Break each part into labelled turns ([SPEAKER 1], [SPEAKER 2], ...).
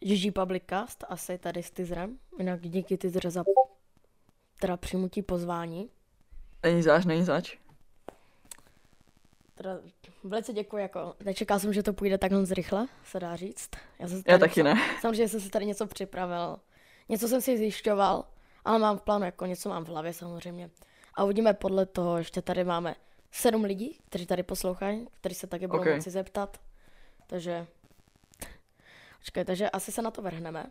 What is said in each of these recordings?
[SPEAKER 1] GG Publiccast, asi tady s Tizrem. Jinak díky Tizre za teda přijmutí pozvání.
[SPEAKER 2] Není zač, není zač.
[SPEAKER 1] Teda velice děkuji, jako nečekal jsem, že to půjde takhle zrychle, se dá říct. Já, jsem si
[SPEAKER 2] Já
[SPEAKER 1] tady
[SPEAKER 2] taky ne.
[SPEAKER 1] Samozřejmě jsem si tady něco připravil, něco jsem si zjišťoval, ale mám v plánu, jako něco mám v hlavě samozřejmě. A uvidíme podle toho, ještě tady máme sedm lidí, kteří tady poslouchají, kteří se taky budou
[SPEAKER 2] Ok.
[SPEAKER 1] okay. moci zeptat. Takže, počkej, takže asi se na to vrhneme,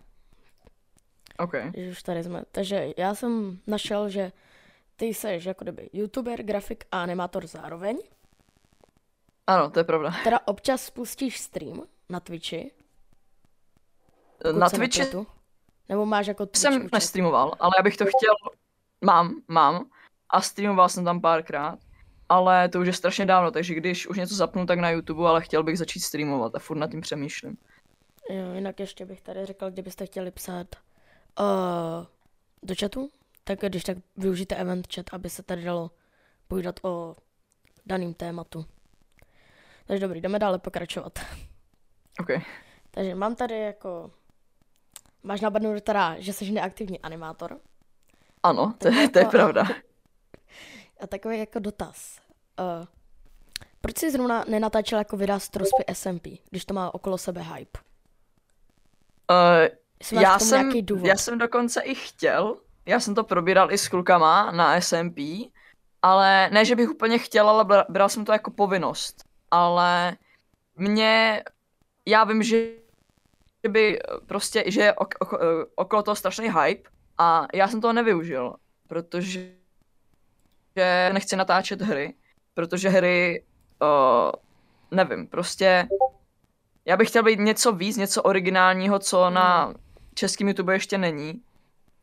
[SPEAKER 2] OK.
[SPEAKER 1] když už tady jsme. Takže já jsem našel, že ty jsi jako kdyby youtuber, grafik a animátor zároveň.
[SPEAKER 2] Ano, to je pravda.
[SPEAKER 1] Teda občas spustíš stream na Twitchi. pokud
[SPEAKER 2] Na
[SPEAKER 1] se
[SPEAKER 2] Twitchi
[SPEAKER 1] nepletu. Nebo máš jako Twitch
[SPEAKER 2] jsem
[SPEAKER 1] účet.
[SPEAKER 2] nestreamoval, ale já bych to chtěl... Mám, mám. A streamoval jsem tam párkrát. Ale to už je strašně dávno, takže když už něco zapnu, tak na YouTube, ale chtěl bych začít streamovat a furt nad tím přemýšlím.
[SPEAKER 1] Jo, jinak ještě bych tady řekl, kdybyste chtěli psát uh, do chatu, tak když tak využijte event chat, aby se tady dalo povídat o daným tématu. Takže dobrý, jdeme dále pokračovat.
[SPEAKER 2] OK.
[SPEAKER 1] Takže mám tady jako... Máš nabrnout teda, že jsi neaktivní animátor.
[SPEAKER 2] Ano, to, je- to je pravda.
[SPEAKER 1] A takový jako dotaz. Uh, proč jsi zrovna nenatáčel jako videa z trospy SMP, když to má okolo sebe hype?
[SPEAKER 2] Uh,
[SPEAKER 1] Jestli máš
[SPEAKER 2] já,
[SPEAKER 1] k tomu
[SPEAKER 2] jsem,
[SPEAKER 1] nějaký důvod?
[SPEAKER 2] já jsem dokonce i chtěl, já jsem to probíral i s klukama na SMP, ale ne, že bych úplně chtěl, ale bra- bral jsem to jako povinnost. Ale mě, já vím, že že by eh, prostě, že je ok, ok, eh, okolo toho strašný hype a já jsem toho nevyužil, protože že nechci natáčet hry, protože hry, uh, nevím, prostě já bych chtěl být něco víc, něco originálního, co na českém YouTube ještě není.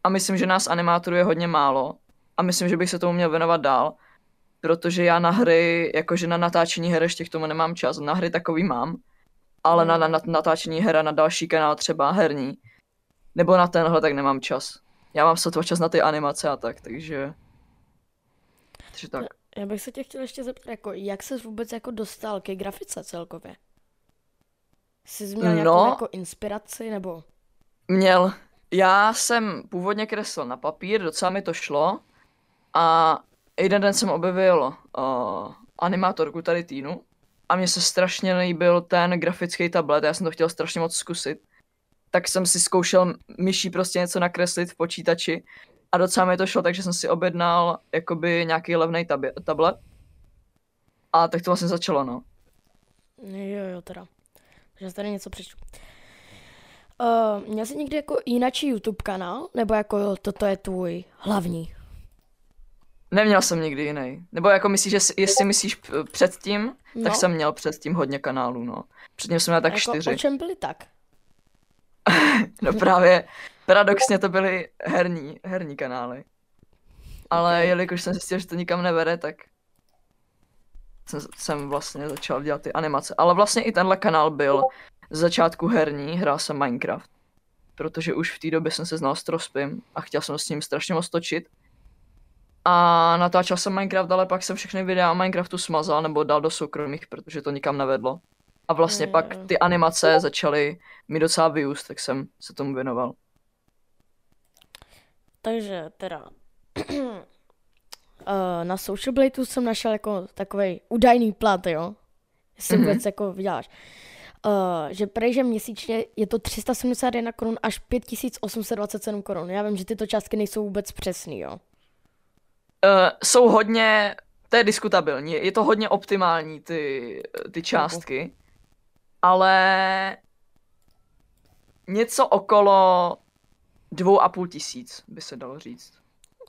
[SPEAKER 2] A myslím, že nás animátorů je hodně málo. A myslím, že bych se tomu měl věnovat dál. Protože já na hry, jakože na natáčení her ještě k tomu nemám čas. Na hry takový mám. Ale na, na, na natáčení hra na další kanál třeba herní. Nebo na tenhle tak nemám čas. Já mám sotva čas na ty animace a tak, takže... Takže tak.
[SPEAKER 1] Já bych se tě chtěl ještě zeptat, jako, jak ses vůbec jako dostal ke grafice celkově? Jsi měl nějakou
[SPEAKER 2] No.
[SPEAKER 1] jako inspiraci, nebo...
[SPEAKER 2] Měl. Já jsem původně kreslil na papír, docela mi to šlo. A jeden den jsem objevil uh, animátorku tady Týnu. A mně se strašně líbil ten grafický tablet, já jsem to chtěl strašně moc zkusit. Tak jsem si zkoušel myší prostě něco nakreslit v počítači. A docela mi to šlo, takže jsem si objednal jakoby nějaký levný tablet. A tak to vlastně začalo, no.
[SPEAKER 1] Jo, jo, teda. Že tady něco přečtu. Uh, měl jsi někdy jako jinačí YouTube kanál? Nebo jako toto je tvůj hlavní?
[SPEAKER 2] Neměl jsem nikdy jiný. Nebo jako myslíš, že si, jestli myslíš p- předtím, no.
[SPEAKER 1] No.
[SPEAKER 2] tak jsem měl předtím hodně kanálů, no. Předtím jsem měl tak
[SPEAKER 1] jako,
[SPEAKER 2] čtyři.
[SPEAKER 1] o čem byli tak?
[SPEAKER 2] No právě, paradoxně to byly herní, herní kanály. Ale okay. jelikož jsem zjistil, že to nikam nevede, tak jsem, jsem vlastně začal dělat ty animace. Ale vlastně i tenhle kanál byl z začátku herní, hrál jsem Minecraft. Protože už v té době jsem se znal s Trospim a chtěl jsem s ním strašně moc točit. A natáčel jsem Minecraft, ale pak jsem všechny videa o Minecraftu smazal nebo dal do soukromých, protože to nikam nevedlo. A vlastně
[SPEAKER 1] Jo,
[SPEAKER 2] pak
[SPEAKER 1] jo.
[SPEAKER 2] ty animace začaly mi docela vyúst, tak jsem se tomu věnoval.
[SPEAKER 1] Takže teda... uh, na Social Bladeu jsem našel jako takový údajný plat, jo? Jestli mm-hmm.
[SPEAKER 2] Mhm.
[SPEAKER 1] vůbec jako vyděláš. Uh, že prej, že měsíčně je to 371 korun až 5827 korun. Já vím, že tyto částky nejsou vůbec přesný, jo?
[SPEAKER 2] Uh, jsou hodně, to je diskutabilní, je to hodně optimální ty, eh, ty částky, ale něco okolo dvou a půl tisíc by se dalo říct.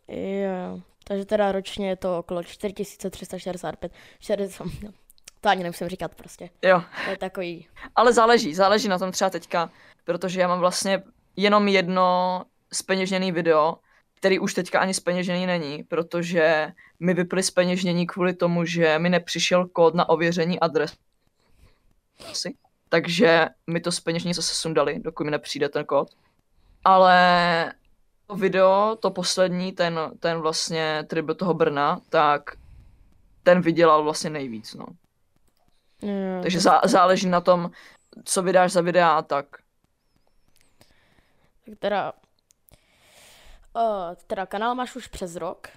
[SPEAKER 1] Jo, takže teda ročně je to okolo 4365. 40, to ani nemusím říkat prostě.
[SPEAKER 2] Jo,
[SPEAKER 1] To je takový.
[SPEAKER 2] ale záleží, záleží na tom třeba teďka, protože já mám vlastně jenom jedno speněžený video, který už teďka ani speněžený není, protože mi vyply speněžnění kvůli tomu, že mi nepřišel kód na ověření adresy. Takže mi to speněžení zase sundali, dokud mi nepřijde ten kód. Ale to video, to poslední, ten, ten vlastně tribut toho Brna, tak ten vydělal vlastně nejvíc, no.
[SPEAKER 1] Jo,
[SPEAKER 2] Takže zá, záleží na tom, co vydáš za videa a tak.
[SPEAKER 1] Tak teda, uh, teda kanál máš už přes rok.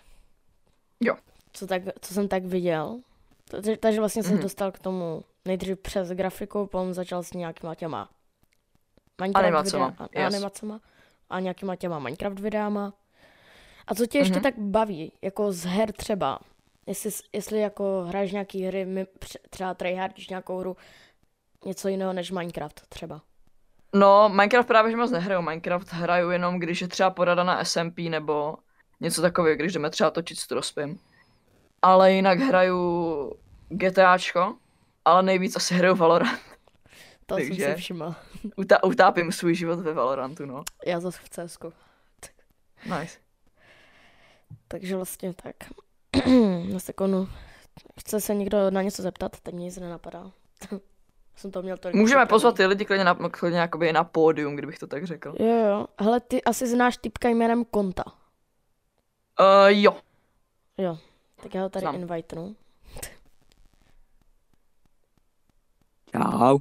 [SPEAKER 2] Jo.
[SPEAKER 1] Co, tak, co jsem tak viděl. Takže, takže vlastně jsem
[SPEAKER 2] Mhm.
[SPEAKER 1] dostal k tomu nejdřív přes grafiku, potom začal s nějakýma těma Minecraft
[SPEAKER 2] Animacema,
[SPEAKER 1] videa- a-
[SPEAKER 2] yes.
[SPEAKER 1] animacema a nějakýma těma Minecraft videama. A co tě ještě
[SPEAKER 2] Mhm.
[SPEAKER 1] tak baví, jako z her třeba, jestli, s- jestli jako hraješ nějaký hry, mi- pře- třeba tryhardíš nějakou hru, něco jiného než Minecraft třeba.
[SPEAKER 2] No, Minecraft právě že moc nehraju. Minecraft hraju jenom, když je třeba porada na SMP nebo něco takového, když jdeme třeba točit s Trospem. Ale jinak hraju GTAčko, ale nejvíc asi hraju Valorant.
[SPEAKER 1] To jsem
[SPEAKER 2] Takže-
[SPEAKER 1] si všimla.
[SPEAKER 2] Uta- utápím svůj život ve Valorantu, no.
[SPEAKER 1] Já zase v CSku.
[SPEAKER 2] Nice.
[SPEAKER 1] Takže vlastně tak. na sekundu. Chce se někdo na něco zeptat, tak mě nic nenapadá. Jsem to měl tolik.
[SPEAKER 2] Můžeme
[SPEAKER 1] připravený.
[SPEAKER 2] pozvat ty lidi klidně na, klidně jakoby na pódium, kdybych to tak řekl.
[SPEAKER 1] Jo, jo. Hele, ty asi znáš typka jménem Konta.
[SPEAKER 2] Uh, jo,
[SPEAKER 1] Tak já ho tady no.
[SPEAKER 2] Znám.
[SPEAKER 1] invitenu.
[SPEAKER 3] Čau,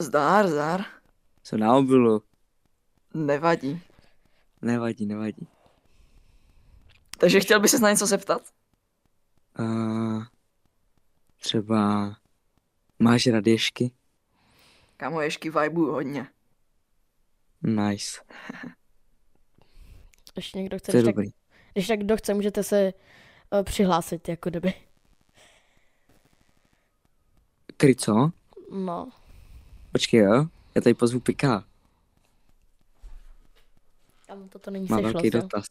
[SPEAKER 2] zdár, zdár.
[SPEAKER 3] co na obilu?
[SPEAKER 2] Nevadí.
[SPEAKER 3] Nevadí, nevadí.
[SPEAKER 2] Takže chtěl bys se na něco zeptat?
[SPEAKER 3] Uh, třeba máš raděšky?
[SPEAKER 2] Kámo, ješky vibuju hodně.
[SPEAKER 3] Nice,
[SPEAKER 1] Ještě někdo chce.
[SPEAKER 3] to je
[SPEAKER 1] Když tak,
[SPEAKER 3] dobrý.
[SPEAKER 1] když tak kdo chce, můžete se uh, přihlásit, jako kdyby.
[SPEAKER 3] Kry co?
[SPEAKER 1] No.
[SPEAKER 3] Počkej jo, já tady pozvu Pika.
[SPEAKER 1] Tam toto není
[SPEAKER 3] Má
[SPEAKER 1] sešlo.
[SPEAKER 3] velký
[SPEAKER 1] co?
[SPEAKER 3] dotaz.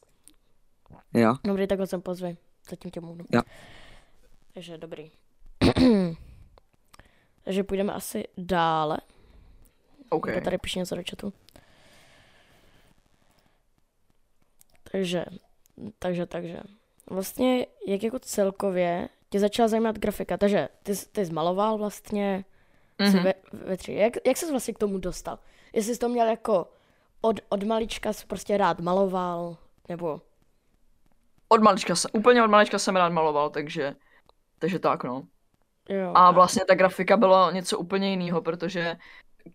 [SPEAKER 3] Jo,
[SPEAKER 1] Dobrý, tak ho sem pozvi. Zatím tě mluvím.
[SPEAKER 3] Jo.
[SPEAKER 1] Takže dobrý. Takže půjdeme asi dále.
[SPEAKER 2] OK.
[SPEAKER 1] Kdo tady píše něco do chatu. Takže, takže, takže. Vlastně, jak jako celkově tě začala zajímat grafika, takže ty, jsi- ty zmaloval vlastně mm-hmm.
[SPEAKER 2] Mhm.
[SPEAKER 1] ve, ve tři. Jak, jak jsi vlastně k tomu dostal? Jestli jsi to měl jako od, od malička jsi prostě rád maloval, nebo
[SPEAKER 2] Od malička jsem, úplně od malička jsem rád maloval, takže, takže tak no.
[SPEAKER 1] jo.
[SPEAKER 2] A vlastně ta grafika bylo něco úplně jiného, protože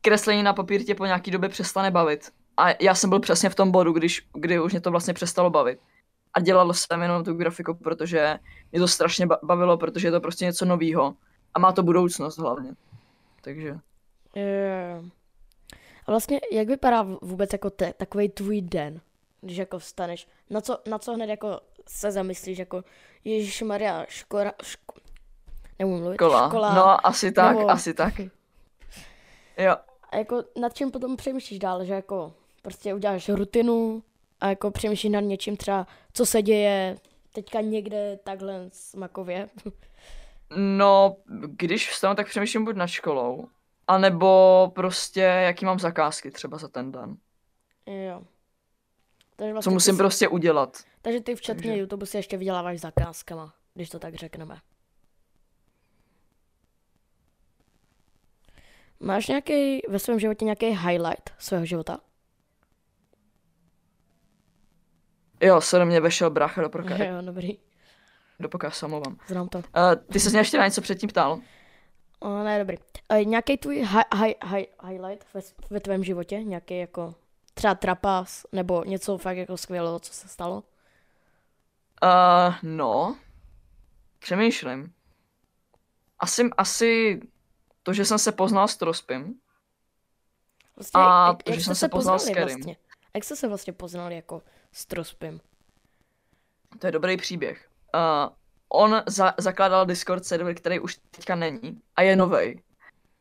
[SPEAKER 2] kreslení na papír tě po nějaký době přestane bavit. A já jsem byl přesně v tom bodu, když, kdy už mě to vlastně přestalo bavit. A dělal jsem jenom tu grafiku, protože mě to strašně ba- bavilo, protože je to prostě něco novýho. A má to budoucnost hlavně. Takže
[SPEAKER 1] Jo, jo, jo. Eh, A vlastně, jak vypadá v- vůbec jako te, takový tvůj den, když jako vstaneš? Na co, na co hned jako se zamyslíš, jako Ježíš Maria, škola, ško, nemůžu mluvit,
[SPEAKER 2] škola.
[SPEAKER 1] škola.
[SPEAKER 2] No asi tak,
[SPEAKER 1] nebo-
[SPEAKER 2] asi tak. Jo,
[SPEAKER 1] A jako nad čím potom přemýšlíš dál, že jako prostě uděláš rutinu a jako přemýšlíš nad něčím třeba, co se děje teďka někde takhle smakově.
[SPEAKER 2] No, když vstanu, tak přemýšlím buď nad školou, anebo prostě, jaký mám zakázky třeba za ten den.
[SPEAKER 1] jo. Takže
[SPEAKER 2] Co
[SPEAKER 1] vlastně ty
[SPEAKER 2] musím
[SPEAKER 1] si-
[SPEAKER 2] prostě udělat.
[SPEAKER 1] Takže ty včetně
[SPEAKER 2] Takže-
[SPEAKER 1] YouTube si ještě vyděláváš zakázkama, když to tak řekneme. Máš nějaký ve svém životě nějaký highlight svého života?
[SPEAKER 2] Jo, se do mě vešel brácha do, proka-
[SPEAKER 1] Jo, dobrý,
[SPEAKER 2] do poka, se omlouvám.
[SPEAKER 1] znám to.
[SPEAKER 2] Uh, ty se mě ještě na něco předtím ptal.
[SPEAKER 1] O, ne, dobrý. E, nějaký tvůj hi- hi- hi- highlight ve, s- ve tvém životě? Nějaký jako třeba trapas nebo něco fakt jako skvělého, co se stalo?
[SPEAKER 2] Uh, no, přemýšlím. Asi, asi to, že jsem se poznal s Trospim.
[SPEAKER 1] Vlastně,
[SPEAKER 2] A, protože jsem se poznal s
[SPEAKER 1] poznali
[SPEAKER 2] Kerim.
[SPEAKER 1] vlastně? Jak jste se vlastně poznali jako s Trospem?
[SPEAKER 2] To je dobrý příběh. Uh, on za- zakládal Discord server, který už teďka není a je novej.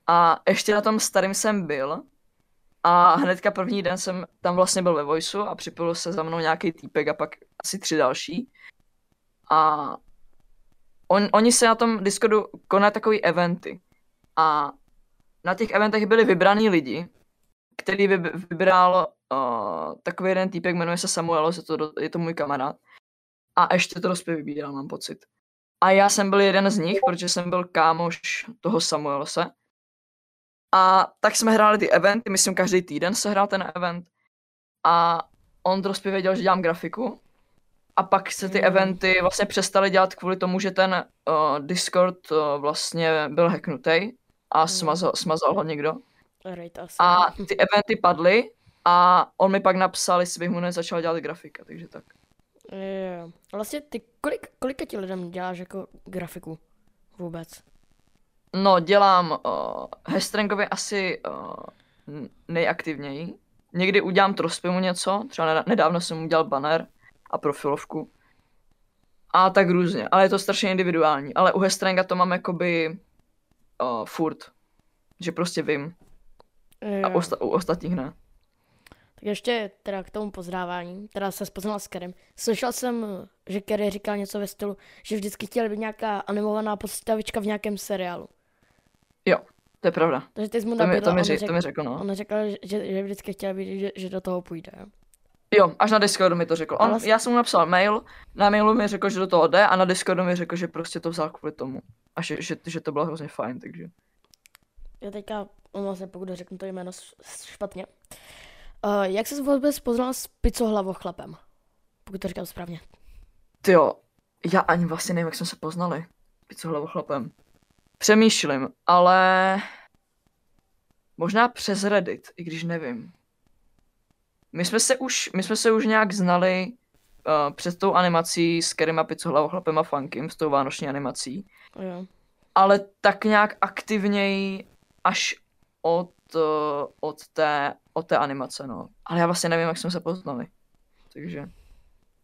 [SPEAKER 2] A ještě na tom starým jsem byl a hnedka první den jsem tam vlastně byl ve Voiceu a připojil se za mnou nějaký týpek a pak asi tři další. A on, oni se na tom Discordu konají takový eventy. A na těch eventech byli vybraní lidi, který vy, vybral uh, takový jeden týpek, jmenuje se Samuelo, je to, do- je to můj kamarád a ještě to dospěl vybíral, mám pocit. A já jsem byl jeden z nich, protože jsem byl kámoš toho Samuelse. A tak jsme hráli ty eventy, myslím každý týden se hrál ten event. A on dospěl věděl, že dělám grafiku. A pak se ty
[SPEAKER 1] Mm.
[SPEAKER 2] eventy vlastně přestaly dělat kvůli tomu, že ten uh, Discord uh, vlastně byl hacknutý a smazal, smazal ho někdo.
[SPEAKER 1] Rejt asi.
[SPEAKER 2] A ty eventy padly a on mi pak napsal, jestli bych mu nezačal dělat grafika, takže tak.
[SPEAKER 1] Jo. A Vlastně ty, kolik, kolika ti lidem děláš jako grafiku vůbec?
[SPEAKER 2] No, dělám uh, Hestrangovi asi uh, nejaktivněji. Někdy udělám Trospimu něco, třeba nedá- nedávno jsem udělal banner a profilovku. A tak různě, ale je to strašně individuální. Ale u Hestranga to mám jakoby uh, furt, že prostě vím. A
[SPEAKER 1] Jo.
[SPEAKER 2] osta- u ostatních ne.
[SPEAKER 1] Tak Eh, ještě teda k tomu pozdávání, teda se spoznala s Kerem. Slyšel jsem, že Kerry říkal něco ve stylu, že vždycky chtěl být nějaká animovaná postavička v nějakém seriálu.
[SPEAKER 2] To je pravda.
[SPEAKER 1] Takže ty jsi mu
[SPEAKER 2] To mi,
[SPEAKER 1] nabídl,
[SPEAKER 2] to mi,
[SPEAKER 1] on,
[SPEAKER 2] řek, to
[SPEAKER 1] řekl,
[SPEAKER 2] mi řekl, no.
[SPEAKER 1] on řekl, že, že vždycky chtěl být, že, že do toho půjde. jo.
[SPEAKER 2] Jo, až na Discordu mi to řekl. On,
[SPEAKER 1] Ale-
[SPEAKER 2] já jsem mu napsal mail, na mailu mi řekl, že do toho jde a na Discordu mi řekl, že prostě to vzal kvůli tomu. A že, že, že to bylo hrozně fajn, takže.
[SPEAKER 1] Já teďka, on vlastně pokud řeknu to jméno s- s- špatně. Uh, jak jsi vůbec poznal s picohlavou chlapem? Pokud to říkám správně.
[SPEAKER 2] Ty jo, já ani vlastně nevím, jak jsme se poznali. Co hlavou chlapem. Přemýšlím, ale... Možná přes Reddit, i když nevím. My jsme se už, my jsme se už nějak znali uh, před tou animací s Kerem a Picohlavou chlapem a Funkim, s tou vánoční animací.
[SPEAKER 1] Jo.
[SPEAKER 2] ale tak nějak aktivněji až od, eh, od, té, od té animace, no. Ale já vlastně nevím, jak jsme se poznali. Takže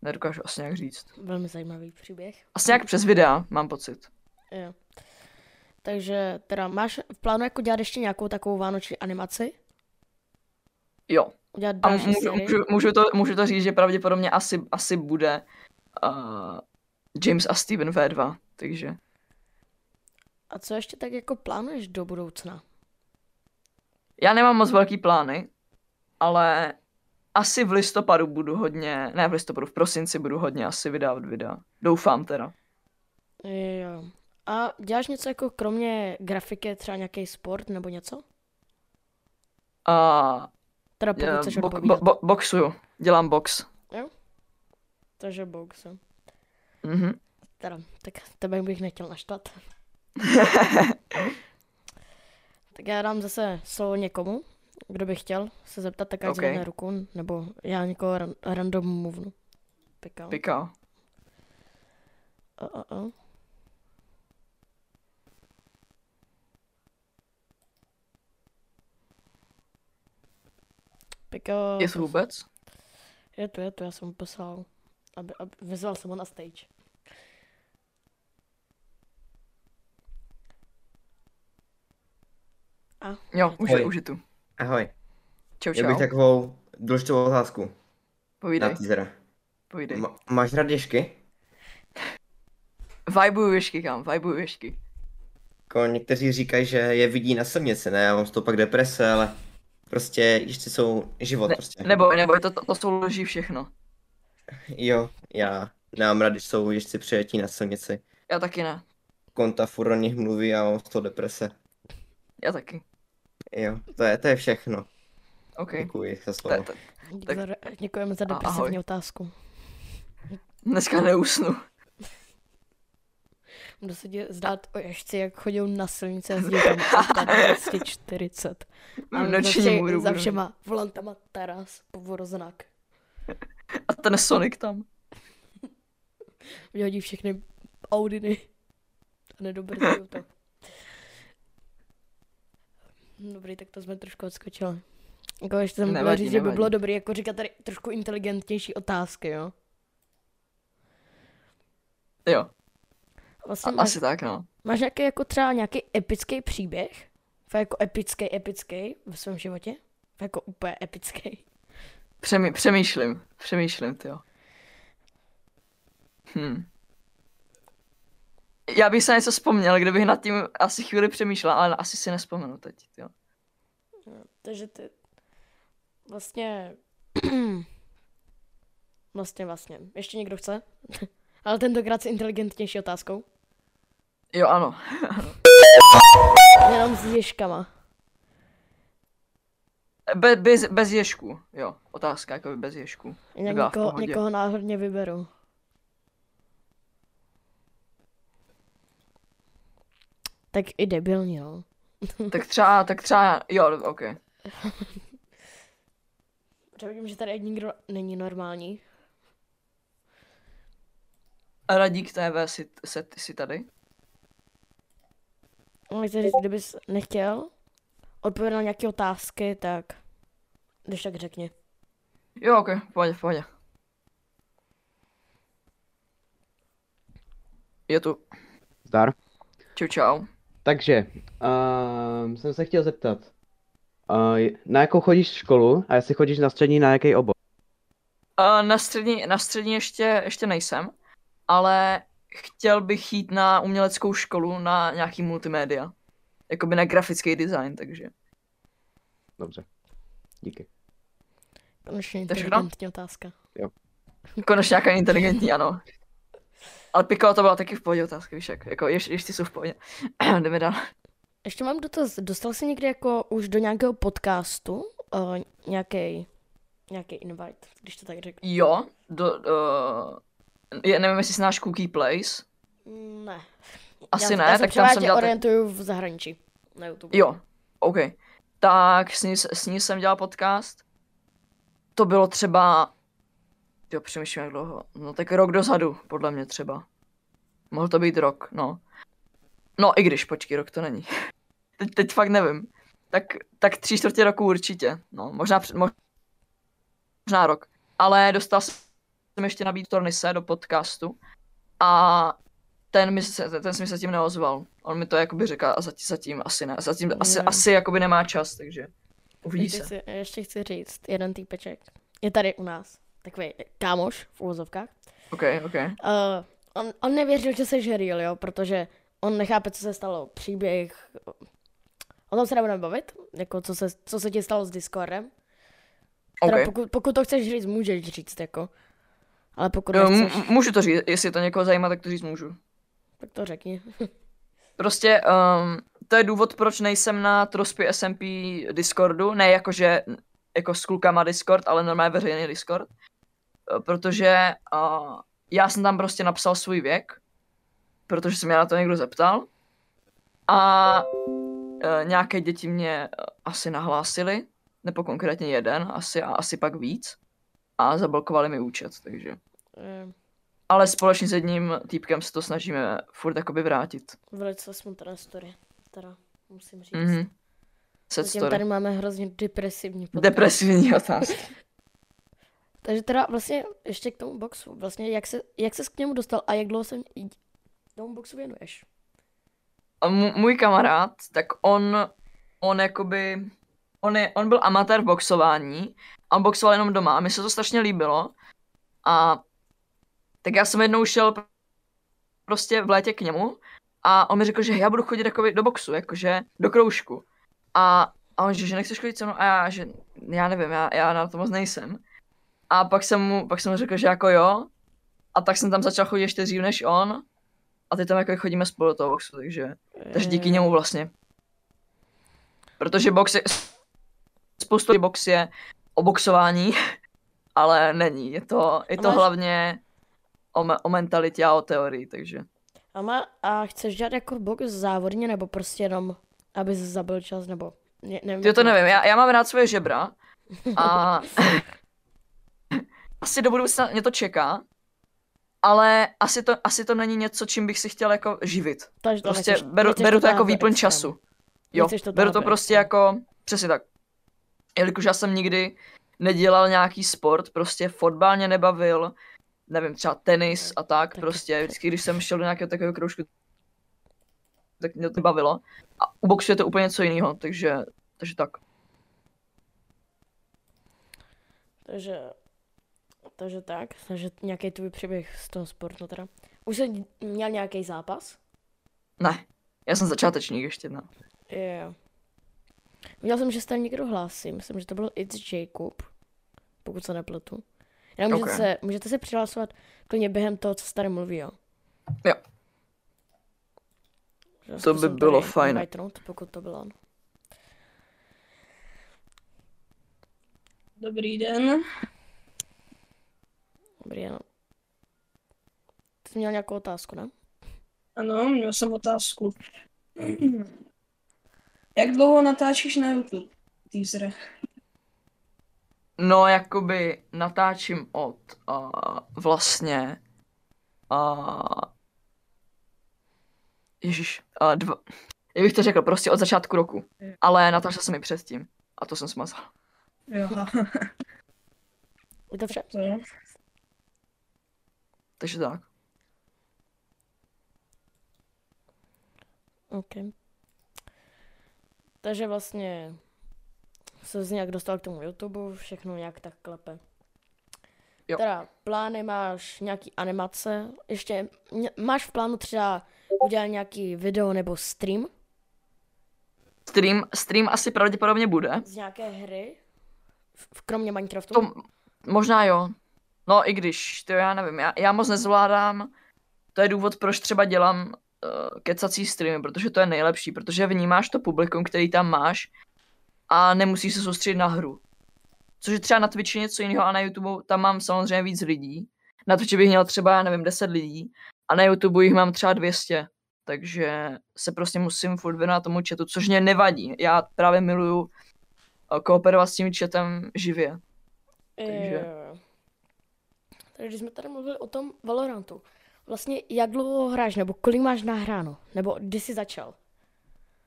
[SPEAKER 2] nedokážu asi nějak říct.
[SPEAKER 1] Velmi zajímavý příběh.
[SPEAKER 2] Asi nějak přes videa, mám pocit.
[SPEAKER 1] Jo. Takže teda máš v plánu jako dělat ještě nějakou takovou vánoční animaci?
[SPEAKER 2] Jo.
[SPEAKER 1] Udělat
[SPEAKER 2] A
[SPEAKER 1] další
[SPEAKER 2] můžu,
[SPEAKER 1] sérii?
[SPEAKER 2] můžu, můžu, to, můžu to říct, že pravděpodobně asi, asi bude uh, James a Steven V2. Takže
[SPEAKER 1] A co ještě tak jako plánuješ do budoucna?
[SPEAKER 2] já nemám moc velký plány, ale asi v listopadu budu hodně, ne v listopadu, v prosinci budu hodně asi vydávat videa. Doufám teda.
[SPEAKER 1] Jo. A děláš něco jako kromě grafiky, třeba nějaký sport nebo něco?
[SPEAKER 2] Uh,
[SPEAKER 1] Teda pokud
[SPEAKER 2] Eh,
[SPEAKER 1] chceš
[SPEAKER 2] bo-
[SPEAKER 1] odpovídat.
[SPEAKER 2] bo- bo- boxuju, dělám box.
[SPEAKER 1] Takže box. jo.
[SPEAKER 2] Mhm.
[SPEAKER 1] Teda, tak tebe bych nechtěl naštvat. tak já dám zase slovo někomu, kdo by chtěl se zeptat, tak ať
[SPEAKER 2] Ok.
[SPEAKER 1] okay. zvedne ruku, nebo já někoho ran- random mluvnu. Pika.
[SPEAKER 2] Pikal.
[SPEAKER 1] O, o, o. Piko,
[SPEAKER 2] Jestli vůbec?
[SPEAKER 1] je to, je to, já jsem mu poslal. Aby, aby, vyzval jsem ho na stage.
[SPEAKER 2] Jo, už je,
[SPEAKER 4] Ahoj.
[SPEAKER 2] už je tu.
[SPEAKER 4] Ahoj,
[SPEAKER 2] Čau,
[SPEAKER 4] já bych
[SPEAKER 2] čau.
[SPEAKER 4] takovou důležitou otázku na
[SPEAKER 2] Povídej,
[SPEAKER 4] teaser.
[SPEAKER 2] povídej.
[SPEAKER 4] Ma- máš rád ješky?
[SPEAKER 2] Vibuju ješky, kam, vibuju ješky.
[SPEAKER 4] Jako někteří říkají, že je vidí na silnici, ne? Já mám z toho pak deprese, ale prostě ještě jsou život prostě.
[SPEAKER 2] Nebo, nebo to, to, to jsou lží všechno.
[SPEAKER 4] Jo, já nám rád, když jsou ještě přijetí na silnici.
[SPEAKER 2] Já taky ne,
[SPEAKER 4] Konta furt o nich mluví a mám z toho deprese.
[SPEAKER 2] já taky.
[SPEAKER 4] Jo, to je, to je všechno.
[SPEAKER 2] OK.
[SPEAKER 4] Děkuji
[SPEAKER 2] Ta,
[SPEAKER 4] za slovo.
[SPEAKER 2] ta,
[SPEAKER 1] Dík
[SPEAKER 2] Tak-
[SPEAKER 1] za, re- děkujeme za
[SPEAKER 2] A- ahoj.
[SPEAKER 1] depresivní otázku.
[SPEAKER 2] dneska neusnu.
[SPEAKER 1] Budu se dě- zdát o ješci, jak chodil na silnici a jezdí tam 240. A
[SPEAKER 2] V
[SPEAKER 1] za,
[SPEAKER 2] noční
[SPEAKER 1] vše,
[SPEAKER 2] můru.
[SPEAKER 1] prostě za
[SPEAKER 2] budu.
[SPEAKER 1] všema volantama Taras, povoroznak.
[SPEAKER 2] A ten Sonic tam.
[SPEAKER 1] Vyhodí všechny Audiny. A nedobrzdí to. Dobrý, tak to jsme trošku odskočili. Jako ještě jsem chtěla
[SPEAKER 2] Nevadí,
[SPEAKER 1] říct, že by
[SPEAKER 2] nevadí.
[SPEAKER 1] bylo dobré jako říkat tady trošku inteligentnější otázky, jo?
[SPEAKER 2] Jo,
[SPEAKER 1] Vlastně
[SPEAKER 2] a, asi tak, no.
[SPEAKER 1] Máš nějaký jako třeba nějaký epický příběh? Fakt jako epický, epický ve svém životě? Fakt jako úplně epický.
[SPEAKER 2] Přemý, přemýšlím, přemýšlím, ty jo. Hm. Já bych se něco vzpomněl, kdybych nad tím asi chvíli přemýšlel, ale asi si nespomenu teď, jo.
[SPEAKER 1] Takže ty vlastně... vlastně, vlastně. Ještě někdo chce? Ale tentokrát s inteligentnější otázkou.
[SPEAKER 2] Jo, ano.
[SPEAKER 1] Jenom s ježkama.
[SPEAKER 2] Be, bez, bez ježku, jo. Otázka, jako bez ježku.
[SPEAKER 1] Jinak
[SPEAKER 2] Byla v
[SPEAKER 1] někoho,
[SPEAKER 2] pohodě.
[SPEAKER 1] někoho náhodně vyberu. Tak i debilní, no.
[SPEAKER 2] Tak třeba, tak třeba, jo, ok.
[SPEAKER 1] Protože vidím, že tady nikdo není normální.
[SPEAKER 2] Radík TV si, se, ty si tady.
[SPEAKER 1] Ale chci říct, No, kdybys nechtěl odpovědět na nějaké otázky, tak když tak řekni.
[SPEAKER 2] Jo, ok, v pohodě, v pohodě. Je tu.
[SPEAKER 5] Zdar.
[SPEAKER 2] Čau, čau.
[SPEAKER 5] Takže, uh, jsem se chtěl zeptat, uh, na jakou chodíš školu a jestli chodíš na střední, na jaký obor?
[SPEAKER 2] Eh, Na střední, na střední ještě, ještě nejsem, ale chtěl bych jít na uměleckou školu na nějaký multimédia. Jakoby na grafický design, takže.
[SPEAKER 5] Dobře, díky.
[SPEAKER 1] Konečně
[SPEAKER 2] To je všechno?
[SPEAKER 1] inteligentní otázka.
[SPEAKER 2] Konečně nějaká inteligentní, ano. Ale Pico to byla taky v pohodě otázka, víš jak, jako ještě, ještě jsou v pohodě. Jdeme dál.
[SPEAKER 1] Ještě mám dotaz. Dostal jsi někdy jako už do nějakého podcastu uh, nějaký nějaký invite, když to tak řeknu?
[SPEAKER 2] Jo, do, do, je, nevím, jestli znáš Cookie Place.
[SPEAKER 1] Ne.
[SPEAKER 2] Asi
[SPEAKER 1] já,
[SPEAKER 2] ne,
[SPEAKER 1] já se
[SPEAKER 2] tak tam jsem
[SPEAKER 1] převážně
[SPEAKER 2] dělal... Orient...
[SPEAKER 1] orientuju v zahraničí. Na YouTube.
[SPEAKER 2] Jo, OK. Tak s ní, s ní jsem dělal podcast. To bylo třeba... Jo, přemýšlím, jak dlouho. No tak rok dozadu, podle mě třeba. Mohl to být rok, no. No i když, počkej, rok to není. Teď, teď fakt nevím. Tak, tak tři čtvrtě roku určitě. No, možná, před- mo- možná rok. Ale dostal jsem ještě nabídku Tornise do podcastu a ten, mi se, ten se mi zatím neozval. On mi to jakoby říká a zatím, zatím asi ne. Zatím asi,
[SPEAKER 1] Mm.
[SPEAKER 2] asi jakoby nemá čas, takže uvidí
[SPEAKER 1] Ještě
[SPEAKER 2] se.
[SPEAKER 1] chci, ještě chci říct, jeden týpeček je tady u nás, takový kámoš v úvozovkách.
[SPEAKER 2] Ok, ok.
[SPEAKER 1] Uh, on, on nevěřil, že se žeril, jo, protože on nechápe, co se stalo, příběh, o tom se nebudeme bavit, jako co se, co se ti stalo s Discordem. Teda
[SPEAKER 2] okay.
[SPEAKER 1] pokud, pokud to chceš říct, můžeš říct, jako. Ale pokud
[SPEAKER 2] Jo, m-
[SPEAKER 1] nechceš,
[SPEAKER 2] m- můžu to říct, jestli to někoho zajímá, tak to říct můžu.
[SPEAKER 1] tak to řekni.
[SPEAKER 2] Prostě um, to je důvod, proč nejsem na Trospy SMP Discordu, ne jakože jako s klukama Discord, ale normálně veřejný Discord, Eh, protože uh, já jsem tam prostě napsal svůj věk, protože se mě na to někdo zeptal a uh, nějaké děti mě eh, asi nahlásili, nebo konkrétně jeden, asi a asi pak víc a zablokovali mi účet, takže.
[SPEAKER 1] Eh,
[SPEAKER 2] Ale společně s jedním týpkem se to snažíme furt jakoby vrátit.
[SPEAKER 1] Velice smutná story, teda musím říct. Mm-hmm.
[SPEAKER 2] Mhm. Set
[SPEAKER 1] Zatím tady
[SPEAKER 2] story.
[SPEAKER 1] máme hrozně depresivní podcast.
[SPEAKER 2] Depresivní otázky.
[SPEAKER 1] Takže teda vlastně ještě k tomu boxu. Vlastně jak se, jak ses k němu dostal a jak dlouho se j- tomu boxu věnuješ?
[SPEAKER 2] A mu- můj kamarád, tak on, on jakoby, on, je, on byl amatér v boxování a on boxoval jenom doma a mi se to strašně líbilo. A tak já jsem jednou šel pr- prostě v létě k němu a on mi řekl, že já budu chodit jakoby do boxu, jakože do kroužku. A, a on že, že nechceš chodit se mnou a já, že já nevím, já, já na to moc nejsem. A pak jsem, mu, pak jsem mu řekl, že jako jo. A tak jsem tam začal chodit ještě dřív než on. A teď tam jako chodíme spolu do toho boxu, takže... Takže díky
[SPEAKER 1] Eh,
[SPEAKER 2] němu vlastně. Protože box je... Spoustu lidí box je o boxování, ale není. Je to, je
[SPEAKER 1] A
[SPEAKER 2] to
[SPEAKER 1] máš-
[SPEAKER 2] hlavně o, me- o mentalitě a o teorii, takže...
[SPEAKER 1] A, má, a chceš dělat jako box závodně nebo prostě jenom, aby zabil čas nebo... Ne, nevím,
[SPEAKER 2] Ty
[SPEAKER 1] jak
[SPEAKER 2] to nevím, já, já mám rád svoje žebra a asi do budoucna mě to čeká, ale asi to, asi to není něco, čím bych si chtěl jako živit.
[SPEAKER 1] Takže to
[SPEAKER 2] Prostě
[SPEAKER 1] nechceš-
[SPEAKER 2] beru,
[SPEAKER 1] nechceš
[SPEAKER 2] beru to jako
[SPEAKER 1] táhnout
[SPEAKER 2] výplň
[SPEAKER 1] extrém.
[SPEAKER 2] času. Jo,
[SPEAKER 1] Nechceš to
[SPEAKER 2] beru to
[SPEAKER 1] táhnout
[SPEAKER 2] prostě
[SPEAKER 1] extrém.
[SPEAKER 2] jako, přesně tak. Jelikož já jsem nikdy nedělal nějaký sport, prostě fotbal mě nebavil, nevím, třeba tenis a tak,
[SPEAKER 1] Taky-
[SPEAKER 2] prostě vždycky, když jsem šel do nějakého takového kroužku, tak mě to bavilo. A u boxu je to úplně něco jiného, takže, takže tak.
[SPEAKER 1] Takže, takže tak, takže nějaký tvůj příběh z toho sportu teda. Už jsi měl nějaký zápas?
[SPEAKER 2] Ne, já jsem začátečník ještě, no.
[SPEAKER 1] Jo. Viděl jsem, že se tam někdo hlásí, myslím, že to byl It's Jacob, pokud se nepletu. Jenom
[SPEAKER 2] Ok.
[SPEAKER 1] můžete, se, můžete se přihlasovat klidně během toho, co se tady mluví, jo.
[SPEAKER 2] Jo.
[SPEAKER 1] Že vás
[SPEAKER 2] To by
[SPEAKER 1] zkusím
[SPEAKER 2] bylo
[SPEAKER 1] tady
[SPEAKER 2] fajn.
[SPEAKER 1] invitenout, pokud to bylo on.
[SPEAKER 6] Dobrý den.
[SPEAKER 1] Dobrý den. Ty jsi měl nějakou otázku, ne?
[SPEAKER 6] Ano, měl jsem otázku. Jak dlouho natáčíš na YouTube? Teaser.
[SPEAKER 2] No, jakoby natáčím od a, vlastně a, ježiš, a, dva, jak bych to řekl, prostě od začátku roku. Ale natáčel jsem i předtím. A to jsem smazal.
[SPEAKER 6] Jo,
[SPEAKER 1] Je to vše?
[SPEAKER 6] to jo.
[SPEAKER 2] Takže tak.
[SPEAKER 1] OK. Takže vlastně se z nějak dostal k tomu YouTube, všechno nějak tak klepe.
[SPEAKER 2] Jo.
[SPEAKER 1] Teda plány máš nějaký animace, ještě mě- máš v plánu třeba udělat nějaký video nebo stream
[SPEAKER 2] Stream, stream asi pravděpodobně bude.
[SPEAKER 1] z nějaké hry, v- v- kromě Minecraftu?
[SPEAKER 2] To m- možná jo. No i když, to já nevím, já, já moc nezvládám. To je důvod, proč třeba dělám uh, kecací streamy, protože to je nejlepší, protože vnímáš to publikum, který tam máš a nemusíš se soustředit na hru. Což je třeba na Twitchi něco jiného a na YouTube tam mám samozřejmě víc lidí. Na Twitchi bych měl třeba, já nevím, 10 lidí a na YouTube jich mám třeba 200. Takže se prostě musím furt věnovat tomu chatu, což mě nevadí. Já právě miluju eh, kooperovat s tím chatem živě. takže-
[SPEAKER 1] Jo. Takže když jsme tady mluvili o tom Valorantu, vlastně jak dlouho hráš, nebo kolik máš nahráno, nebo kdy jsi začal?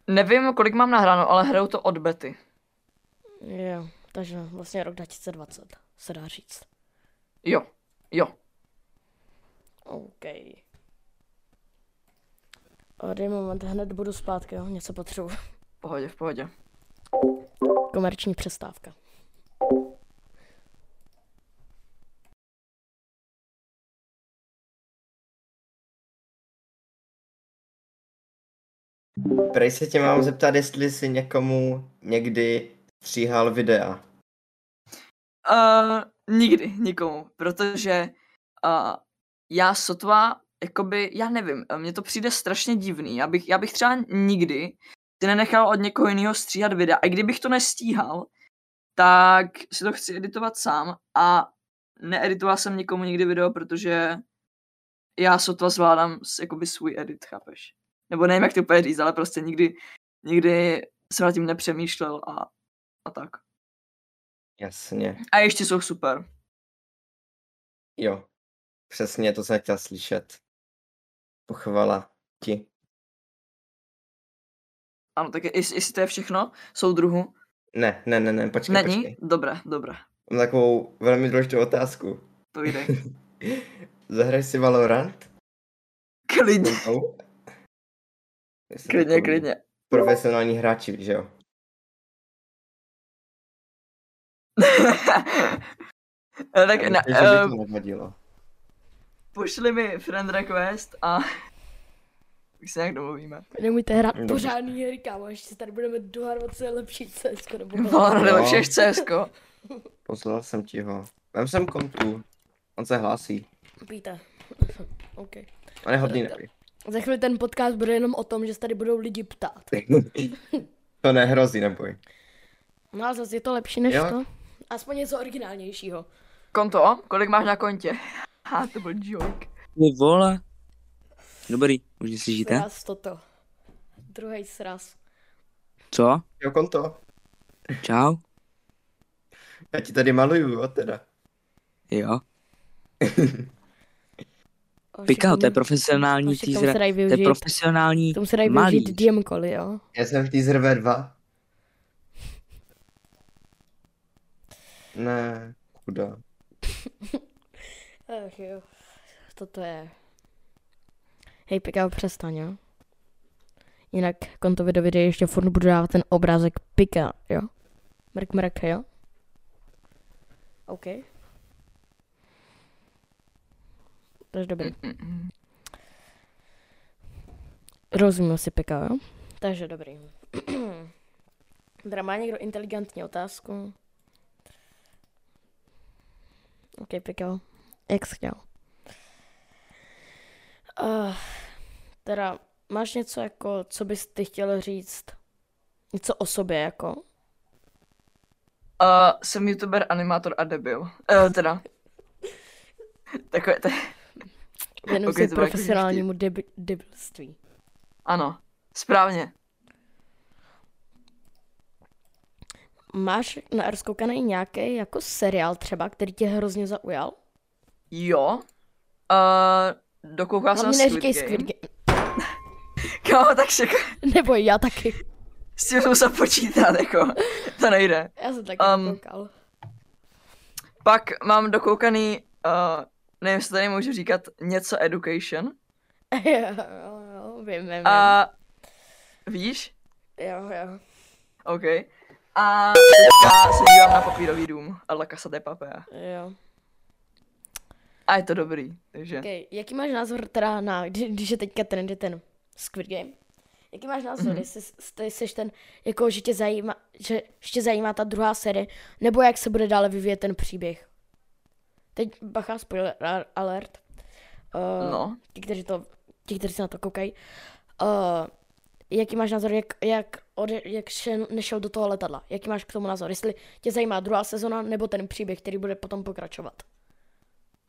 [SPEAKER 2] Nevím, kolik mám nahráno, ale hrajou to od bety.
[SPEAKER 1] Jo, takže vlastně rok 2020, se dá říct.
[SPEAKER 2] Jo, jo.
[SPEAKER 1] OK. A dej moment, hned budu zpátky, jo? něco potřebuji.
[SPEAKER 2] V pohodě, v pohodě.
[SPEAKER 1] Komerční přestávka.
[SPEAKER 4] Prej se tě mám zeptat, jestli jsi někomu někdy stříhal videa.
[SPEAKER 2] Uh, nikdy, nikomu, protože uh, já sotva, jakoby, já nevím, eh, mně to přijde strašně divný. Já bych, já bych třeba nikdy si nenechal od někoho jiného stříhat videa. A i kdybych to nestíhal, tak si to chci editovat sám a needitoval jsem nikomu nikdy video, protože já sotva zvládám s- jakoby svůj edit, chápeš? Nebo nevím, jak to úplně říct, ale prostě nikdy, nikdy jsem nad tím nepřemýšlel a, a tak.
[SPEAKER 4] Jasně.
[SPEAKER 2] A ještě jsou super.
[SPEAKER 4] Jo. Přesně to jsem chtěl slyšet. Pochvala ti.
[SPEAKER 2] Ano, tak je- jest- jestli to je všechno, soudruhu.
[SPEAKER 4] Ne, ne, ne, ne, počkej,
[SPEAKER 2] Není?
[SPEAKER 4] počkej.
[SPEAKER 2] Dobré, dobré,
[SPEAKER 4] Mám takovou velmi důležitou otázku.
[SPEAKER 2] povídej.
[SPEAKER 4] Zahraj si Valorant?
[SPEAKER 2] Klidně,
[SPEAKER 4] Au. My jsme
[SPEAKER 2] klidně,
[SPEAKER 4] takový
[SPEAKER 2] klidně.
[SPEAKER 4] Profesionální hráči, že jo?
[SPEAKER 2] No, tak ne,
[SPEAKER 4] Myslím, že by
[SPEAKER 2] eh,
[SPEAKER 4] to nevadilo.
[SPEAKER 2] pošli mi friend request a už se nějak domluvíme.
[SPEAKER 1] Nemůžete hrát
[SPEAKER 4] Dobře.
[SPEAKER 1] Dobře. pořádný hry, kámo, ještě se tady budeme dohárovat, co je lepší CSko nebo
[SPEAKER 2] Valor
[SPEAKER 1] Valorant.
[SPEAKER 2] nejlepší CSko.
[SPEAKER 4] Poslal jsem ti ho. Vem sem kontu. On se hlásí.
[SPEAKER 1] Píte. OK.
[SPEAKER 4] On je hodný nepij.
[SPEAKER 1] Za chvíli ten podcast bude jenom o tom, že se tady budou lidi ptát.
[SPEAKER 4] To nehrozí, neboj.
[SPEAKER 1] No a zase je to lepší než
[SPEAKER 4] Jo.
[SPEAKER 1] jo. to. Aspoň něco originálnějšího.
[SPEAKER 2] Konto, kolik máš na kontě? Ha, to byl joke.
[SPEAKER 3] Ty vole. Dobrý, už si žijete?
[SPEAKER 1] Sraz toto. Druhý sraz.
[SPEAKER 3] Co?
[SPEAKER 4] Jo, konto.
[SPEAKER 3] Čau?
[SPEAKER 4] Já ti tady maluju, jo, teda.
[SPEAKER 3] Jo.
[SPEAKER 1] O,
[SPEAKER 3] Pikao,
[SPEAKER 1] všichni-
[SPEAKER 3] to je profesionální
[SPEAKER 1] Ošek, tomu se
[SPEAKER 3] teaser.
[SPEAKER 1] dají
[SPEAKER 3] To je
[SPEAKER 1] využít.
[SPEAKER 3] profesionální
[SPEAKER 1] Tomu se dají
[SPEAKER 3] malíř.
[SPEAKER 1] využít DM koly, jo?
[SPEAKER 4] Já jsem v teaser V2. Ne, kuda.
[SPEAKER 1] Ach jo. Co to je? Hej, Pikao, přestaň, jo? Jinak kontovi do videa ještě furt budu dávat ten obrázek Pika, jo? Mrk, mrk, jo? OK. To je dobrý. Rozumím si Pika, jo? Takže dobrý. Teda má někdo inteligentní otázku? OK, Pikao. Jak jsi chtěl. Uh, teda, máš něco jako, co bys ty chtěl říct? Něco o sobě jako?
[SPEAKER 2] Uh, jsem youtuber, animátor a debil. Uh, teda. Takové, to,
[SPEAKER 1] Jenom
[SPEAKER 2] Ok,
[SPEAKER 1] okay, si
[SPEAKER 2] to bylo jako
[SPEAKER 1] profesionálnímu debi- debilství.
[SPEAKER 2] ano, správně.
[SPEAKER 1] Máš na R skoukaný nějaký jako seriál třeba, který tě hrozně zaujal?
[SPEAKER 2] Jo. Uh, dokoukal jsem
[SPEAKER 1] Hlavně
[SPEAKER 2] Squid
[SPEAKER 1] neříkej
[SPEAKER 2] Game.
[SPEAKER 1] Squid Game.
[SPEAKER 2] Kámo, tak se
[SPEAKER 1] Neboj, já taky.
[SPEAKER 2] s tím jsem se počítat, jako. To nejde.
[SPEAKER 1] Já jsem taky
[SPEAKER 2] Um,
[SPEAKER 1] um, koukal.
[SPEAKER 2] Pak mám dokoukaný, uh, nevím, jestli tady můžu říkat, něco education.
[SPEAKER 1] jo, jo, vím, vím, vím.
[SPEAKER 2] A víš?
[SPEAKER 1] Jo, jo.
[SPEAKER 2] OK. A teďka se dívám na papírový dům a La Casa de Papel.
[SPEAKER 1] Jo.
[SPEAKER 2] A je to dobrý, takže.
[SPEAKER 1] Okay. Jaký máš názor teda na, kdy- když je teďka trendy ten Squid Game? Jaký máš názor,
[SPEAKER 2] Mhm.
[SPEAKER 1] mm-hmm. jestli s- ty jsi ten, jako, že tě, zajímá, že, že tě zajímá ta druhá série, nebo jak se bude dále vyvíjet ten příběh? Teď bacha, spoiler a- alert. Uh,
[SPEAKER 2] No.
[SPEAKER 1] Ti, kteří, to, ti, kteří se na to koukají. Uh, jaký máš názor, jak, jak, ode, jak šen, nešel do toho letadla? Jaký máš k tomu názor? Jestli tě zajímá druhá sezona, nebo ten příběh, který bude potom pokračovat?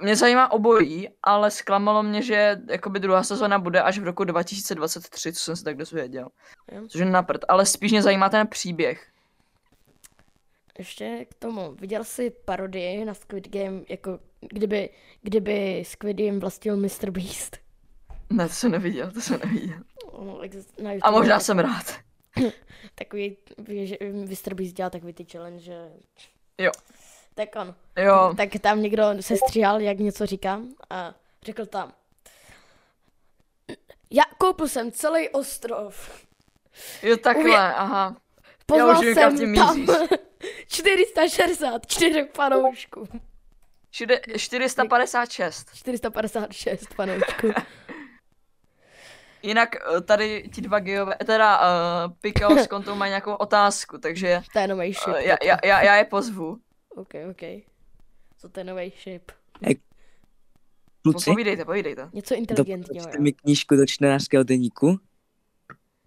[SPEAKER 2] Mě zajímá obojí, ale zklamalo mě, že jakoby druhá sezona bude až v roku 2023, co jsem se tak dozvěděl.
[SPEAKER 1] Jo.
[SPEAKER 2] Což je na prd, ale spíš mě zajímá ten příběh.
[SPEAKER 1] Ještě k tomu, viděl jsi parodii na Squid Game, jako kdyby, kdyby Squid Game vlastnil Mr. Beast?
[SPEAKER 2] Ne, to jsem neviděl, to jsem neviděl.
[SPEAKER 1] Ono exist- na
[SPEAKER 2] A
[SPEAKER 1] YouTube
[SPEAKER 2] možná
[SPEAKER 1] je
[SPEAKER 2] jsem rád.
[SPEAKER 1] Takový, víš, že Mr. Beast dělá takový ty challenge, že...
[SPEAKER 2] Jo.
[SPEAKER 1] Tak on.
[SPEAKER 2] Jo,
[SPEAKER 1] Tak tam někdo se stříhal, jak něco říkám a řekl tam. Já koupil jsem celý ostrov.
[SPEAKER 2] jo takhle,
[SPEAKER 1] Uvě-
[SPEAKER 2] aha. Já
[SPEAKER 1] Pozval
[SPEAKER 2] už vím, kam
[SPEAKER 1] jsem
[SPEAKER 2] tím
[SPEAKER 1] tam
[SPEAKER 2] míříš.
[SPEAKER 1] 464 fanoušků.
[SPEAKER 2] Všude 456.
[SPEAKER 1] 456 fanoušků.
[SPEAKER 2] Jinak eh, tady ti dva geové, teda uh, Pikal s kontou mají nějakou otázku, takže
[SPEAKER 1] To je nový ship.
[SPEAKER 2] uh, já, já, já, já je pozvu.
[SPEAKER 1] OK, OK. Co to je nový ship?
[SPEAKER 3] Kluci,
[SPEAKER 2] Povídejte, povídejte.
[SPEAKER 1] Něco inteligentního.
[SPEAKER 3] doporučíte
[SPEAKER 1] jo.
[SPEAKER 3] mi knížku do čtenářského deníku?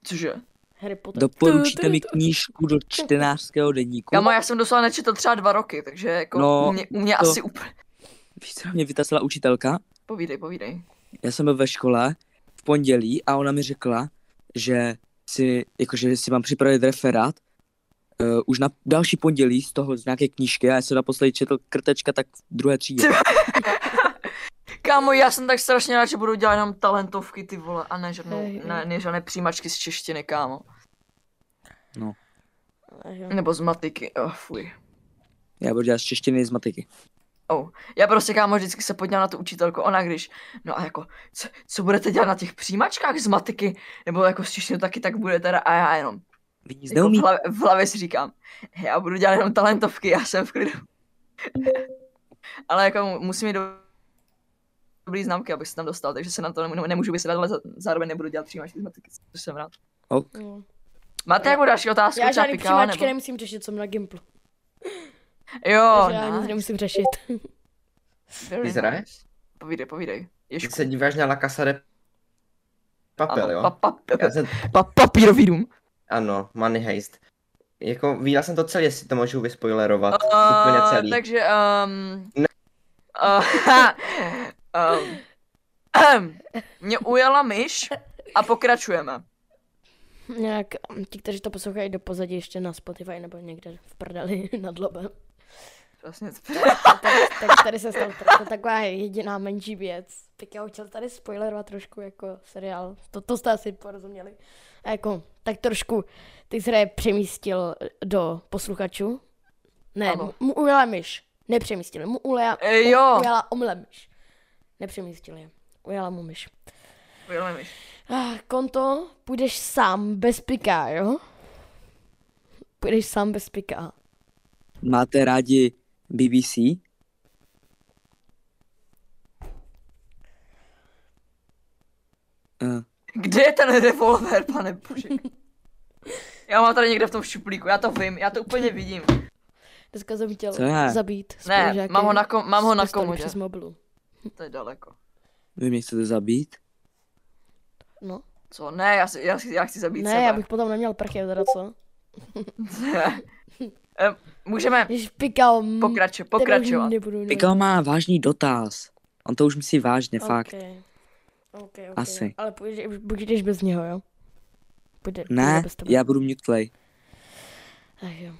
[SPEAKER 2] Cože?
[SPEAKER 1] Harry Potter.
[SPEAKER 3] Doporučíte mi knížku do čtenářského deníku?
[SPEAKER 2] Kámo, já jsem doslova nečetl třeba dva roky, takže jako
[SPEAKER 3] No,
[SPEAKER 2] u mě, u mě
[SPEAKER 3] to-
[SPEAKER 2] asi úplně...
[SPEAKER 3] Víš, co na mě vytasila učitelka?
[SPEAKER 2] Povídej, povídej.
[SPEAKER 3] Já jsem byl ve škole v pondělí a ona mi řekla, že si, jakože si mám připravit referát uh, už na další pondělí z toho, z nějaké knížky a já jsem naposledy četl krtečka tak v druhé třídě.
[SPEAKER 2] Kámo, já jsem tak strašně rád, že budu dělat jenom talentovky, ty vole, a ne žádnou,
[SPEAKER 1] Ej,
[SPEAKER 2] ne, ne žádné přijímačky z češtiny, kámo.
[SPEAKER 1] Jo.
[SPEAKER 2] Nebo z matiky, oh, fuj.
[SPEAKER 3] Já budu dělat z češtiny z matiky.
[SPEAKER 2] Já prostě, kámo, vždycky se podívám na tu učitelku, ona když, no a jako, co, co budete dělat na těch přijímačkách z matiky, nebo jako z češtiny taky tak bude teda, a já jenom,
[SPEAKER 3] Vy nic
[SPEAKER 2] jako v,
[SPEAKER 3] neumíte.
[SPEAKER 2] hlavě, v hlavě si říkám, já budu dělat jenom talentovky, já jsem v klidu. Ale jako mu- musím mít do- dobrý známky, abych se tam dostal, takže se na to nemů- nemůžu vysrat, ale za- zároveň nebudu dělat přijímačky z matiky, což jsem rád.
[SPEAKER 1] Jo.
[SPEAKER 2] Máte jako další otázku?
[SPEAKER 1] No. Já
[SPEAKER 2] třeba
[SPEAKER 1] žádný
[SPEAKER 2] Hmm. Pikala,
[SPEAKER 1] přijímačky
[SPEAKER 2] nebo-
[SPEAKER 1] nemusím řešit, jsem na Gimplu.
[SPEAKER 2] Jo,
[SPEAKER 1] takže já nic
[SPEAKER 2] Oh, nice.
[SPEAKER 1] nemusím řešit.
[SPEAKER 2] Very
[SPEAKER 4] Vyzraje?
[SPEAKER 2] nice. Povídej, povídej.
[SPEAKER 4] Ty
[SPEAKER 2] Ježku.
[SPEAKER 4] se díváš na La Casa de Papel,
[SPEAKER 2] Ano,
[SPEAKER 4] jo?
[SPEAKER 2] pa, pa,
[SPEAKER 4] Já jsem,
[SPEAKER 2] pa, papírový dům.
[SPEAKER 4] ano, Money Heist. Jako, viděl jsem to celé, jestli to můžu vyspoilerovat.
[SPEAKER 2] Uh,
[SPEAKER 4] úplně celý.
[SPEAKER 2] Takže, um,
[SPEAKER 4] Ne.
[SPEAKER 2] uh, um, mě ujela myš a pokračujeme.
[SPEAKER 1] Nějak mm, ti, kteří to poslouchají do pozadí ještě na Spotify nebo někde v prdeli nad lobem.
[SPEAKER 2] Vlastně,
[SPEAKER 1] Tak, tak tady se stalo trošku taková jediná menší věc. Tak já chtěl tady spoilerovat trošku jako seriál. To, to jste asi porozuměli. A jako, tak trošku ty hry přemístil do posluchačů. Ne,
[SPEAKER 2] Ano.
[SPEAKER 1] mu- mu ujela myš. Nepřemístil, mu ujela,
[SPEAKER 2] E, jo.
[SPEAKER 1] ujela omle myš. Nepřemístil je, ujela mu myš.
[SPEAKER 2] ujela myš.
[SPEAKER 1] Ah, konto, půjdeš sám, bez pika, jo? Půjdeš sám bez pika.
[SPEAKER 3] Máte rádi BBC? Uh,
[SPEAKER 2] Kde je ten revolver, pane bože? Já mám tady někde v tom šuplíku, já to vím, já to úplně vidím.
[SPEAKER 1] Dneska jsem chtěl
[SPEAKER 3] Co je?
[SPEAKER 1] zabít
[SPEAKER 2] Ne,
[SPEAKER 1] spolužáky
[SPEAKER 2] mám ho na, kom, mám ho
[SPEAKER 1] s
[SPEAKER 2] na
[SPEAKER 1] pistolí
[SPEAKER 2] komu, že?
[SPEAKER 1] přes mobilu.
[SPEAKER 2] To je daleko.
[SPEAKER 3] vy mě chcete zabít?
[SPEAKER 1] No.
[SPEAKER 2] Co? Ne, já, si, já, si- já chci zabít
[SPEAKER 1] ne,
[SPEAKER 2] sebe.
[SPEAKER 1] já bych potom neměl prchy, teda co?
[SPEAKER 2] Em, Můžeme
[SPEAKER 1] Když pikal, m,
[SPEAKER 2] pokračovat,
[SPEAKER 1] tebe už
[SPEAKER 2] pokračovat.
[SPEAKER 1] Nebudu mít.
[SPEAKER 3] Pikal má vážný dotaz. On to už myslí vážně, okay. fakt.
[SPEAKER 1] Okay. Okay, okay.
[SPEAKER 3] Asi.
[SPEAKER 1] Ale půjdeš, půjdeš bez něho, jo? Půjde, půjde
[SPEAKER 3] Ne,
[SPEAKER 1] bez tebe.
[SPEAKER 3] já budu mute play.
[SPEAKER 1] Ach jo.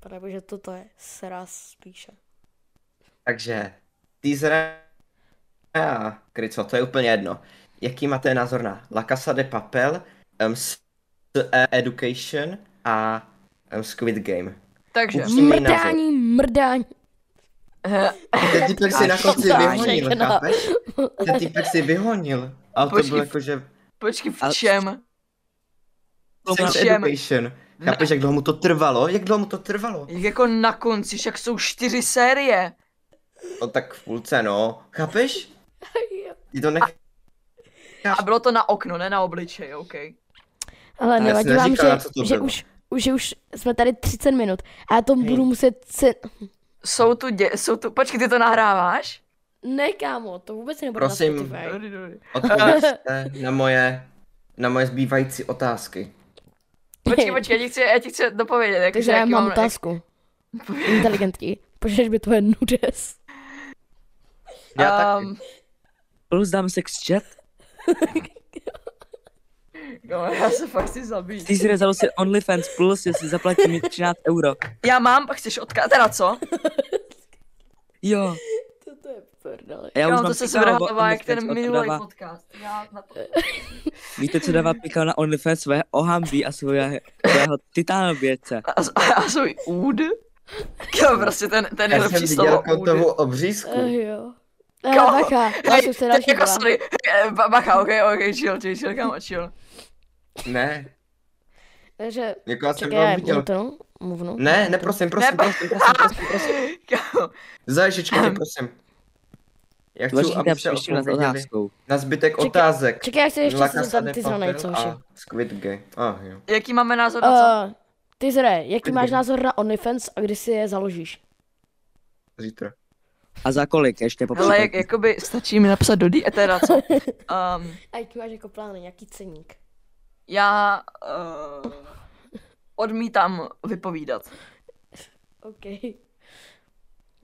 [SPEAKER 1] protože toto je sraz spíše.
[SPEAKER 4] Takže, teaser a kryco, to je úplně jedno. Jaký máte názor na La Casa de Papel, um, s, s e- Education a um, Squid Game?
[SPEAKER 2] Takže,
[SPEAKER 4] Upřímný názor.
[SPEAKER 1] Mrdání, mrdání.
[SPEAKER 2] eh,
[SPEAKER 4] Ten týpek si na konci
[SPEAKER 1] Tak,
[SPEAKER 4] vyhonil,
[SPEAKER 2] no.
[SPEAKER 1] všechno.
[SPEAKER 4] chápeš? Ten týpek si vyhonil. Ale to
[SPEAKER 2] Počkej.
[SPEAKER 4] bylo jako, že
[SPEAKER 2] počkej, v
[SPEAKER 3] Ale-
[SPEAKER 2] čem?
[SPEAKER 4] Sex
[SPEAKER 2] všem.
[SPEAKER 4] Education. Chápeš, jak dlouho mu to trvalo? Jak dlouho mu to trvalo?
[SPEAKER 2] Jak jako na konci, však jsou čtyři série.
[SPEAKER 4] No tak v půlce, no. Chápeš? Ty to nech...
[SPEAKER 2] A bylo to na okno, ne na obličej, OK.
[SPEAKER 1] Ale
[SPEAKER 4] já
[SPEAKER 1] nevadí
[SPEAKER 4] jsem
[SPEAKER 1] vám,
[SPEAKER 4] neříkal, na co
[SPEAKER 1] že,
[SPEAKER 4] to
[SPEAKER 1] že,
[SPEAKER 4] bylo.
[SPEAKER 1] už, už, že už jsme tady 30 minut a já to
[SPEAKER 4] Hej.
[SPEAKER 1] budu muset se...
[SPEAKER 2] Jsou tu, dě- jsou tu, počkej, ty to nahráváš?
[SPEAKER 1] Ne, kámo, to vůbec nebude
[SPEAKER 4] Prosím.
[SPEAKER 1] na Spotify.
[SPEAKER 2] Dobrý, dobrý.
[SPEAKER 4] Odpovězte na moje, na moje zbývající otázky.
[SPEAKER 2] Počkej, počkej, já ti chci, já ti chci dopovědět. Jako,
[SPEAKER 1] Takže já mám otázku. Inteligentní. Požeš by tvoje nudes.
[SPEAKER 4] Já taky.
[SPEAKER 2] Um,
[SPEAKER 3] Plus dám sex chat.
[SPEAKER 2] já se fakt chci zabít.
[SPEAKER 3] Ty si rezalo si OnlyFans Plus, jestli zaplatím mi 13 euro.
[SPEAKER 2] Já mám, chceš odkázat, teda co?
[SPEAKER 3] Jo,
[SPEAKER 1] To, to je prdele.
[SPEAKER 3] já
[SPEAKER 2] Já
[SPEAKER 3] už
[SPEAKER 2] no,
[SPEAKER 3] mám
[SPEAKER 2] to se
[SPEAKER 3] pikalo o
[SPEAKER 2] zvrhává jak
[SPEAKER 3] OnlyFans,
[SPEAKER 2] ten
[SPEAKER 3] o co
[SPEAKER 2] minulý
[SPEAKER 3] dává-
[SPEAKER 2] podcast. Já na to...
[SPEAKER 3] Víte, co dává pikal na OnlyFans? Svoje ohambí a svoje, svého titánověce.
[SPEAKER 2] A, a, a svůj úd? Jo, prostě ten, ten
[SPEAKER 4] Já jsem
[SPEAKER 2] nejlepší
[SPEAKER 4] viděl jako
[SPEAKER 2] slovo úd.
[SPEAKER 4] kontovou obřízku.
[SPEAKER 1] Ach Eh, jo.
[SPEAKER 2] Kámo,
[SPEAKER 1] Ale bacha, já
[SPEAKER 2] Hej,
[SPEAKER 1] jsem se
[SPEAKER 2] teď
[SPEAKER 1] další
[SPEAKER 2] jako
[SPEAKER 1] dva.
[SPEAKER 2] sorry, eh, ba- bacha, ok, ok, chill, chill, chill, kamo, chill.
[SPEAKER 4] Ne,
[SPEAKER 1] Takže,
[SPEAKER 4] jako já jsem
[SPEAKER 1] čekaj, já
[SPEAKER 4] to
[SPEAKER 1] mluvnu
[SPEAKER 4] viděl.
[SPEAKER 1] to, mluvnu.
[SPEAKER 4] Ne, ne, prosím, prosím,
[SPEAKER 2] Ne,
[SPEAKER 4] prosím, prosím, prosím, prosím.
[SPEAKER 2] Kámo,
[SPEAKER 4] Zaježičku tě, prosím. Já chci,
[SPEAKER 3] Tvoříte
[SPEAKER 4] aby se
[SPEAKER 3] příště nad
[SPEAKER 4] odpověděli
[SPEAKER 3] otázkou.
[SPEAKER 4] na zbytek
[SPEAKER 1] Čekej,
[SPEAKER 4] otázek.
[SPEAKER 1] Čekaj, já chci ještě
[SPEAKER 4] La
[SPEAKER 1] se
[SPEAKER 4] Casa
[SPEAKER 1] zeptat
[SPEAKER 4] de
[SPEAKER 1] ty zrovna
[SPEAKER 4] Papel
[SPEAKER 1] něco,
[SPEAKER 4] a
[SPEAKER 1] hoši.
[SPEAKER 4] Squid Game. Ah, jo.
[SPEAKER 2] Jaký máme názor na co?
[SPEAKER 1] Uh, ty zre, jaký
[SPEAKER 4] Squid
[SPEAKER 1] máš
[SPEAKER 4] Game.
[SPEAKER 1] názor na OnlyFans a kdy si je založíš?
[SPEAKER 4] Zítra.
[SPEAKER 3] A za kolik ještě po
[SPEAKER 2] Hele, jak, jakoby stačí mi napsat do D, teda co? Um,
[SPEAKER 1] A jaký máš jako plány, nějaký ceník?
[SPEAKER 2] já uh, odmítám vypovídat.
[SPEAKER 1] OK.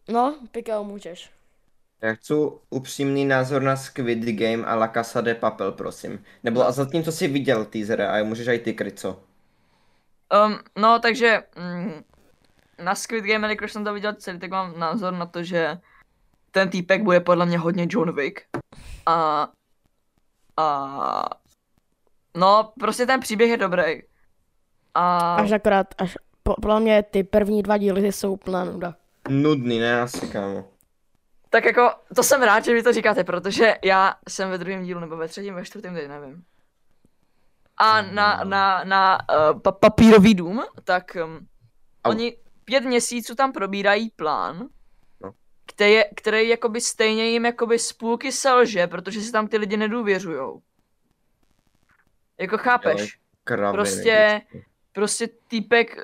[SPEAKER 1] No, pikao můžeš.
[SPEAKER 4] Já chci upřímný názor na Squid Game a La Casa de Papel, prosím. Nebo a zatím, co jsi viděl teaser a můžeš aj ty kryco.
[SPEAKER 2] Um, no, takže mm, na Squid Game, když jsem to viděl celý, tak mám názor na to, že ten týpek bude podle mě hodně John Wick. A, a no, prostě ten příběh je dobrý. A
[SPEAKER 1] Až akorát, až, po, podle mě ty první dva díly jsou úplná nuda.
[SPEAKER 4] Nudný, ne asi, kámo.
[SPEAKER 2] tak jako, to jsem rád, že vy to říkáte, protože já jsem ve druhém dílu, nebo ve třetím, ve čtvrtém, teď nevím. A na,
[SPEAKER 4] no.
[SPEAKER 2] na, na uh, pa- papírový dům, tak um,
[SPEAKER 4] Au.
[SPEAKER 2] Oni pět měsíců tam probírají plán,
[SPEAKER 4] No.
[SPEAKER 2] který, který jakoby stejně jim jakoby z půlky selže, protože si tam ty lidi nedůvěřujou. Jako
[SPEAKER 4] Dělej
[SPEAKER 2] chápeš?
[SPEAKER 4] Kraviny.
[SPEAKER 2] Prostě- Prostě týpek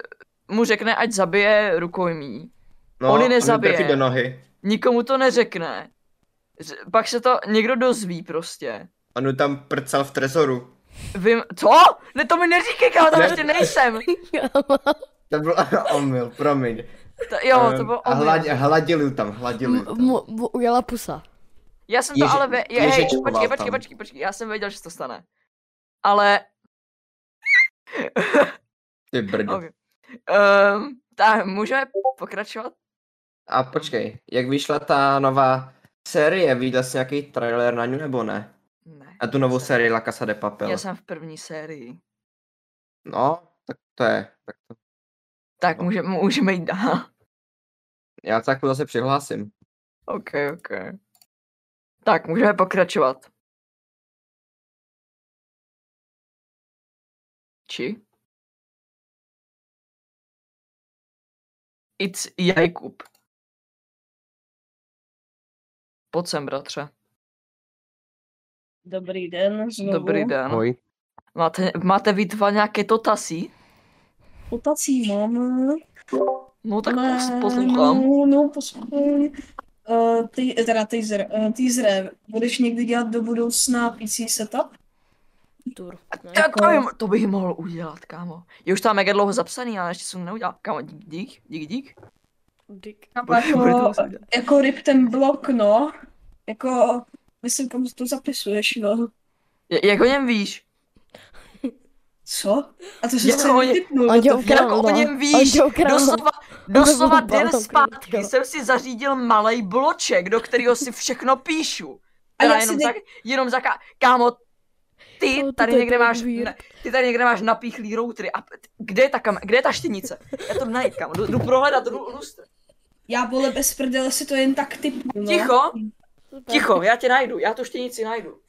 [SPEAKER 2] mu řekne, ať zabije rukojmí.
[SPEAKER 4] No,
[SPEAKER 2] oni
[SPEAKER 4] a
[SPEAKER 2] nezabije.
[SPEAKER 4] trefí do nohy.
[SPEAKER 2] Nikomu to neřekne. Ř- pak se to někdo dozví prostě.
[SPEAKER 4] On mu tam prcal v trezoru.
[SPEAKER 2] Vím, co? Ne, to mi neříkej, kámo, tam
[SPEAKER 4] Ne.
[SPEAKER 2] ještě nejsem.
[SPEAKER 4] To byl omyl, promiň.
[SPEAKER 2] To, jo, to
[SPEAKER 4] Ehm,
[SPEAKER 2] bylo
[SPEAKER 4] a
[SPEAKER 2] omyl.
[SPEAKER 4] hlad, hladil ji tam, hladil ji
[SPEAKER 1] M-
[SPEAKER 4] tam.
[SPEAKER 1] mu- mu ujela pusa.
[SPEAKER 2] Já jsem to
[SPEAKER 4] Ježi-
[SPEAKER 2] ale ve... Je, hej,
[SPEAKER 4] Ježičkoval
[SPEAKER 2] počkej,
[SPEAKER 4] tam.
[SPEAKER 2] počkej, počkej, počkej, já jsem věděl, že se to stane. Ale
[SPEAKER 4] Ty brdo.
[SPEAKER 2] Okay. Um, tak můžeme pokračovat?
[SPEAKER 4] A počkej, jak vyšla ta nová série? Viděl jsi nějaký trailer na ní nebo ne?
[SPEAKER 2] Ne.
[SPEAKER 4] A tu novou sérii La Casa de Papel.
[SPEAKER 2] Já jsem v první sérii.
[SPEAKER 4] No, tak to je. Tak to...
[SPEAKER 2] Tak
[SPEAKER 4] No.
[SPEAKER 2] můžeme, můžeme jít dál.
[SPEAKER 4] Já tak zase přihlásím.
[SPEAKER 2] OK, OK. Tak, můžeme pokračovat. Či? It's Jakub. Pojď sem, bratře.
[SPEAKER 6] Dobrý den znovu.
[SPEAKER 2] Dobrý den.
[SPEAKER 5] Ahoj.
[SPEAKER 2] Máte, máte vy dva nějaké dotazy?
[SPEAKER 6] Mutací mám.
[SPEAKER 2] No tak
[SPEAKER 6] ale-
[SPEAKER 2] pos- poslouchám.
[SPEAKER 6] No, no poslouchám. Uh, ty, teda teaser, uh, teaser, budeš někdy dělat do budoucna PC setup?
[SPEAKER 1] Tur. Ne?
[SPEAKER 2] To, to, jim, to bych mohl udělat, kámo. Je už tam mega dlouho zapsaný, ale ještě jsem to neudělal. Kámo, dík, dík, dík, dík.
[SPEAKER 1] Dick.
[SPEAKER 2] Kámo, budu to
[SPEAKER 6] Jako,
[SPEAKER 2] muset dělat.
[SPEAKER 6] jako rip ten blok, no. Jako, myslím, kam to zapisuješ, no.
[SPEAKER 2] Je- Jak o něm víš?
[SPEAKER 6] Co? A to jsi
[SPEAKER 2] Jo,
[SPEAKER 6] se
[SPEAKER 2] oni-
[SPEAKER 6] vytipnul.
[SPEAKER 1] On tě
[SPEAKER 6] to-
[SPEAKER 1] ukradl,
[SPEAKER 2] Jirko, o
[SPEAKER 1] no.
[SPEAKER 2] něm víš,
[SPEAKER 1] On tě ukradl.
[SPEAKER 2] Doslova, doslova
[SPEAKER 1] byl
[SPEAKER 2] den
[SPEAKER 1] balkon,
[SPEAKER 2] zpátky
[SPEAKER 1] jo.
[SPEAKER 2] jsem si zařídil malý bloček, do kterého si všechno píšu.
[SPEAKER 6] A
[SPEAKER 2] Teda
[SPEAKER 6] já si
[SPEAKER 2] jenom,
[SPEAKER 6] teď-
[SPEAKER 2] za, jenom za ka- kámo, ty
[SPEAKER 1] No, to
[SPEAKER 2] tady
[SPEAKER 1] je
[SPEAKER 2] někde
[SPEAKER 1] tak
[SPEAKER 2] máš,
[SPEAKER 1] weird.
[SPEAKER 2] ne, ty tady někde máš napíchlý routery. A p- kde je ta kam, kde je ta štěnice? Já to najít, kámo, jdu, jdu prohledat, jdu lustr.
[SPEAKER 6] Já vole bez prdele si to jen tak typnu. no.
[SPEAKER 2] Ticho, ticho, já tě najdu, já tu štěnici najdu.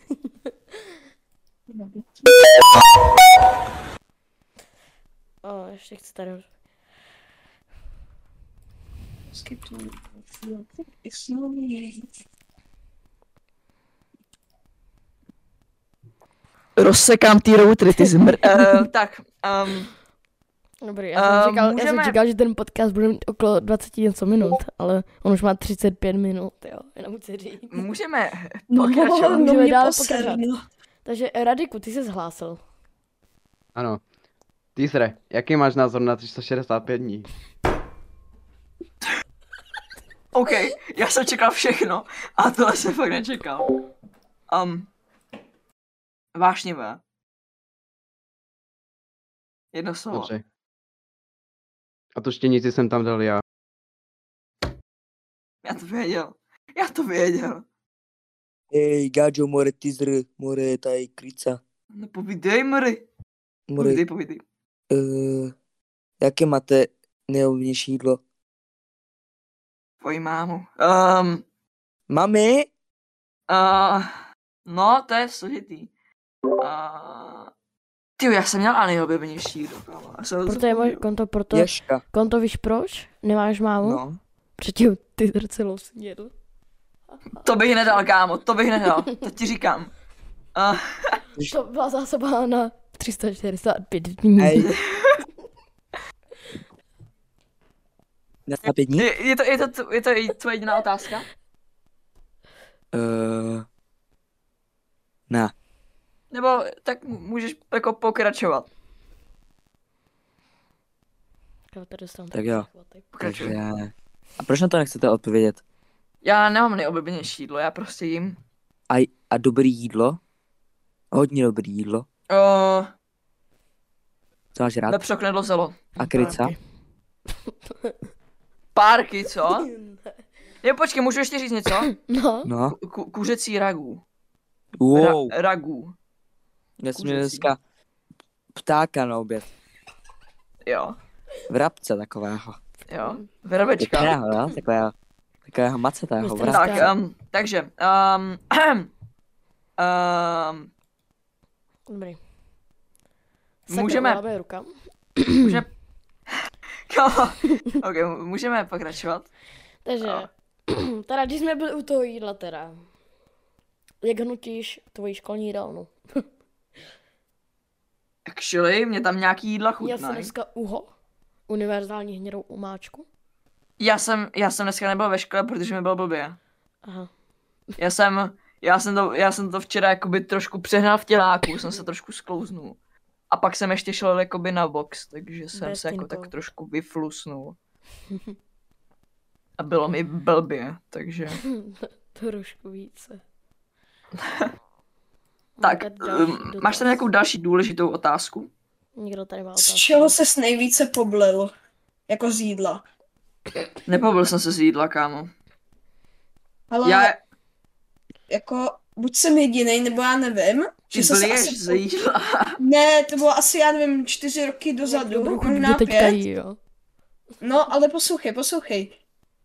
[SPEAKER 1] O, ještě chci tady.
[SPEAKER 6] Skipnu. No, Skipnu.
[SPEAKER 2] Rozsekám ty routery, ty zmr... uh, tak, um,
[SPEAKER 1] Dobrý, já jsem,
[SPEAKER 2] Eh,
[SPEAKER 1] říkal, já
[SPEAKER 2] můžeme-
[SPEAKER 1] jsem říkal, že ten podcast bude mít okolo 20 něco minut, ale on už má 35 minut, jo, jenom chci říct.
[SPEAKER 2] můžeme
[SPEAKER 6] No,
[SPEAKER 2] pokračovat.
[SPEAKER 1] Můžeme
[SPEAKER 6] no, mě
[SPEAKER 1] dále
[SPEAKER 6] poser,
[SPEAKER 1] pokračovat.
[SPEAKER 6] no.
[SPEAKER 1] Takže eh, Radiku, ty jsi zhlásil.
[SPEAKER 5] Ano. Týsre, jaký máš názor na 365 dní?
[SPEAKER 2] OK, já jsem čekal všechno a tohle jsem fakt nečekal. Um, vášnivé. Jedno slovo.
[SPEAKER 5] Dobře. A tu štěnici jsem tam dal já.
[SPEAKER 2] Já to věděl. Já to věděl.
[SPEAKER 3] Ej, gáčo, more tizr, more taj krica.
[SPEAKER 2] No povídej, Mry.
[SPEAKER 3] More,
[SPEAKER 2] Povídej, povídej.
[SPEAKER 3] uh, jaké máte nejoblíbenější jídlo?
[SPEAKER 2] Tvoji mámu. Um,
[SPEAKER 3] Mami?
[SPEAKER 2] uh, no, to je složitý. Uh, ty, já jsem měl anejoblíbenější jídlo, kámo. Já jsem to
[SPEAKER 1] Proto je moje
[SPEAKER 2] zapomněl.
[SPEAKER 1] konto, proto,
[SPEAKER 3] Jaška.
[SPEAKER 1] konto víš proč? Nemáš mámu?
[SPEAKER 3] No.
[SPEAKER 1] Předtím ty drcelou snědl.
[SPEAKER 2] To bych nedal, kámo, to bych nedal. To ti říkám. Uh,
[SPEAKER 1] To byla zásoba na 345 dní.
[SPEAKER 3] Ej. Na pět dní?
[SPEAKER 2] je, je, to, je, to, tv- je to i tvoje jediná otázka?
[SPEAKER 3] Uh, ne.
[SPEAKER 2] Nebo tak m- můžeš jako pokračovat.
[SPEAKER 1] Já to dostanu
[SPEAKER 3] Tak jo.
[SPEAKER 1] chvatek.
[SPEAKER 3] Takže...
[SPEAKER 2] Pokračuj.
[SPEAKER 3] A proč na to nechcete odpovědět?
[SPEAKER 2] Já nemám nejoblíbenější jídlo, já prostě jím.
[SPEAKER 3] A, a dobrý jídlo? Hodně dobrý jídlo.
[SPEAKER 2] Uh,
[SPEAKER 3] Co máš rád?
[SPEAKER 2] lepšok nedlozelo.
[SPEAKER 3] A kryca?
[SPEAKER 2] Párky, co? Jo, počkej, můžu ještě říct něco?
[SPEAKER 1] No,
[SPEAKER 3] No.
[SPEAKER 2] Ku- kuřecí ragů.
[SPEAKER 3] Wow.
[SPEAKER 2] Ra- ragů,
[SPEAKER 3] Já jsem měl
[SPEAKER 2] kuřecí.
[SPEAKER 3] dneska ptáka na oběd.
[SPEAKER 2] jo,
[SPEAKER 3] Vrabce takového.
[SPEAKER 2] jo. Verbečka.
[SPEAKER 3] Takového, jo? Takového. Takového macetého
[SPEAKER 1] Mistr-
[SPEAKER 3] vrabce.
[SPEAKER 2] Tak, um, takže, um, um,
[SPEAKER 1] dobrý.
[SPEAKER 2] Můžeme-
[SPEAKER 1] Máme ruka.
[SPEAKER 2] můžeme... Kámo, ok, m- můžeme pokračovat.
[SPEAKER 1] Takže,
[SPEAKER 2] Jo.
[SPEAKER 1] teda když jsme byli u toho jídla teda, jak hnutíš tvoji školní jídelnu?
[SPEAKER 2] Actually, mě tam nějaký jídla
[SPEAKER 1] Měl jsem
[SPEAKER 2] chutnají.
[SPEAKER 1] dneska uho, univerzální hnědou umáčku.
[SPEAKER 2] Já jsem, já jsem dneska nebyl ve škole, protože mi bylo blbě.
[SPEAKER 1] Aha.
[SPEAKER 2] Já jsem, já jsem to, já jsem to včera jakoby trošku přehnal v těláku, jsem se trošku sklouznul. A pak jsem ještě šel jakoby na box, takže jsem se jako
[SPEAKER 1] Bestinko.
[SPEAKER 2] tak trošku vyflusnul. A bylo mi blbě,
[SPEAKER 6] Oh
[SPEAKER 2] takže...
[SPEAKER 1] Trošku více.
[SPEAKER 2] Tak,
[SPEAKER 1] Máte další
[SPEAKER 2] um,
[SPEAKER 1] dotaz?
[SPEAKER 2] máš tam nějakou další důležitou otázku?
[SPEAKER 1] Někdo tady má
[SPEAKER 6] Z
[SPEAKER 1] otázku.
[SPEAKER 6] čeho ses nejvíce poblil? Jako z jídla.
[SPEAKER 2] Nepobil jsem se z jídla, kámo.
[SPEAKER 6] Ale
[SPEAKER 2] Já,
[SPEAKER 6] jako, buď jsem jediný, nebo já nevím.
[SPEAKER 2] ty
[SPEAKER 6] jsem se
[SPEAKER 2] blíješ
[SPEAKER 6] asi-
[SPEAKER 2] z jídla.
[SPEAKER 6] Ne, to bylo asi, já nevím, čtyři roky dozadu,
[SPEAKER 1] Dobrou chuť
[SPEAKER 6] možná
[SPEAKER 1] do teďka
[SPEAKER 6] pět.
[SPEAKER 1] jí, jo.
[SPEAKER 6] No, ale poslouchej, poslouchej.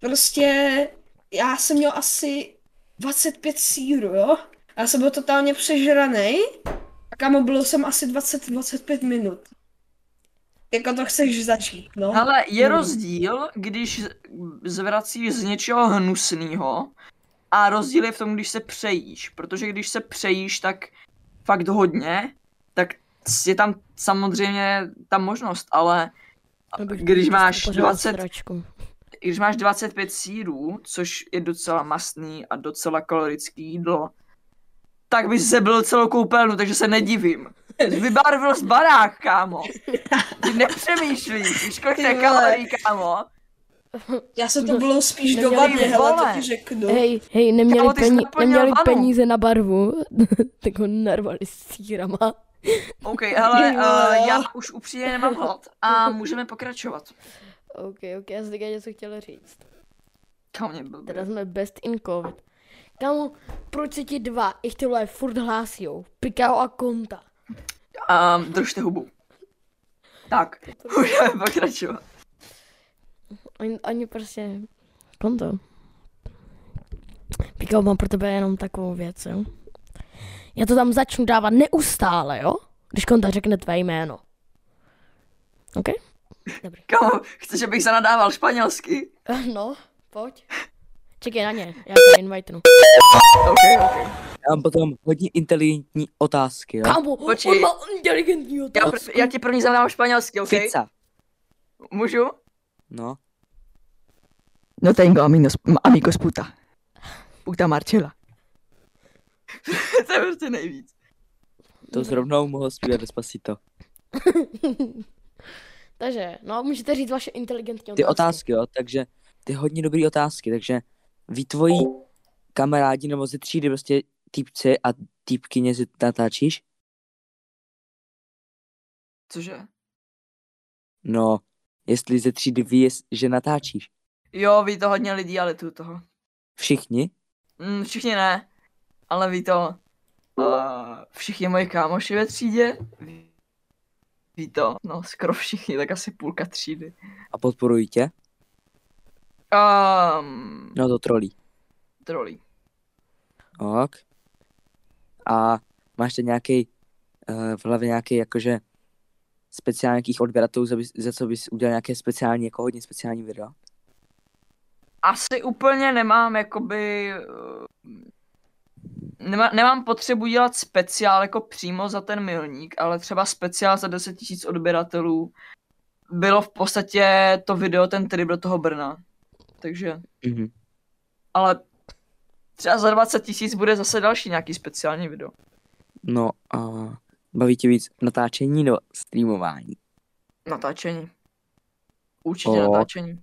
[SPEAKER 6] Prostě já jsem měl asi 25 síru, jo? Já jsem byl totálně přežraný. A kamo, byl jsem asi 20-25 minut. Jako to chceš začít, no?
[SPEAKER 2] Hele, je rozdíl, když z- zvrací z něčeho hnusného a rozdíl je v tom, když se přejíš, protože když se přejíš tak fakt hodně, tak je tam samozřejmě ta možnost, ale
[SPEAKER 1] Abych
[SPEAKER 2] když máš
[SPEAKER 1] pořád
[SPEAKER 2] 20
[SPEAKER 1] sračku.
[SPEAKER 2] když máš 25 sírů, což je docela masný a docela kalorický jídlo, tak bys se byl celou koupelnu, takže se nedivím. Vybarvil z barák, kámo. Ty nepřemýšlíš, víš, kolik to je
[SPEAKER 6] Ty vole.
[SPEAKER 2] kalorií, kámo.
[SPEAKER 6] Já jsem to bylo spíš do
[SPEAKER 1] no, Nedělej,
[SPEAKER 6] vady, hele,
[SPEAKER 2] vole.
[SPEAKER 6] to ti řeknu.
[SPEAKER 1] Hej, hej, neměli,
[SPEAKER 2] Kámo, ty jsi
[SPEAKER 1] peni-
[SPEAKER 2] naplnil
[SPEAKER 1] neměli
[SPEAKER 2] vanu.
[SPEAKER 1] peníze na barvu, tak ho narvali s sírama.
[SPEAKER 2] OK, hele,
[SPEAKER 6] Ty vole.
[SPEAKER 2] uh, já už upřímně nemám hlad a můžeme pokračovat.
[SPEAKER 1] OK, OK, já jsem teďka něco chtěla říct.
[SPEAKER 2] Kam mě byl.
[SPEAKER 1] Teda jsme best in covid. Kámo, proč se ti dva, ich ty vole, furt hlásijou? Pikao a Konta.
[SPEAKER 2] Um, držte hubu. Tak, můžeme pokračovat.
[SPEAKER 1] Oni, oni prostě... Konto. Pikao, mám pro tebe jenom takovou věc, jo? Já to tam začnu dávat neustále, jo? Když Konta řekne tvé jméno. OK? Dobrý.
[SPEAKER 2] Kam, chceš, abych zanadával španělsky?
[SPEAKER 1] No, pojď. Čekej na ně, já to invitenu.
[SPEAKER 2] OK, OK.
[SPEAKER 3] Já mám potom hodně inteligentní otázky, jo?
[SPEAKER 1] Kámo,
[SPEAKER 2] Počkej.
[SPEAKER 1] on má inteligentní
[SPEAKER 2] Já,
[SPEAKER 1] otázku.
[SPEAKER 2] pr- já ti první zadám španělsky, OK?
[SPEAKER 3] Fica.
[SPEAKER 2] Můžu?
[SPEAKER 3] No.
[SPEAKER 2] No tengo amigos, amigos puta. Puta Marcela. to je prostě nejvíc.
[SPEAKER 3] To zrovna mohl zpívat Despacito.
[SPEAKER 1] Takže, no, můžete říct vaše inteligentní
[SPEAKER 3] Ty otázky, jo, takže ty hodně dobrý otázky, takže ví tvoji kamarádi nebo ze třídy prostě týpci a týpkyně si natáčíš?
[SPEAKER 2] Cože?
[SPEAKER 3] No, jestli ze třídy ví, jest- že natáčíš.
[SPEAKER 2] Jo, ví to hodně lidí, ale tu toho.
[SPEAKER 3] Všichni?
[SPEAKER 2] Mm, všichni ne, ale ví to. Uh, všichni moji kámoši ve třídě ví, ví to. No, skoro všichni, tak asi půlka třídy.
[SPEAKER 3] A podporují tě?
[SPEAKER 2] Um,
[SPEAKER 3] No to trolí.
[SPEAKER 2] trolí.
[SPEAKER 3] Ok. A máš teď nějaký uh, v hlavě nějaký jakože speciální nějakých odběratelů, za, bys- za co bys udělal nějaké speciální, jako hodně speciální video?
[SPEAKER 2] Asi úplně nemám, jakoby... eh, Nemá, nemám potřebu dělat speciál jako přímo za ten milník, ale třeba speciál za 10 000 odběratelů bylo v podstatě to video, ten trip do toho Brna. Takže,
[SPEAKER 3] Mhm.
[SPEAKER 2] ale třeba za 20 tisíc bude zase další nějaký speciální video.
[SPEAKER 3] No a baví tě víc natáčení nebo streamování?
[SPEAKER 2] Natáčení. Určitě
[SPEAKER 3] O.
[SPEAKER 2] natáčení.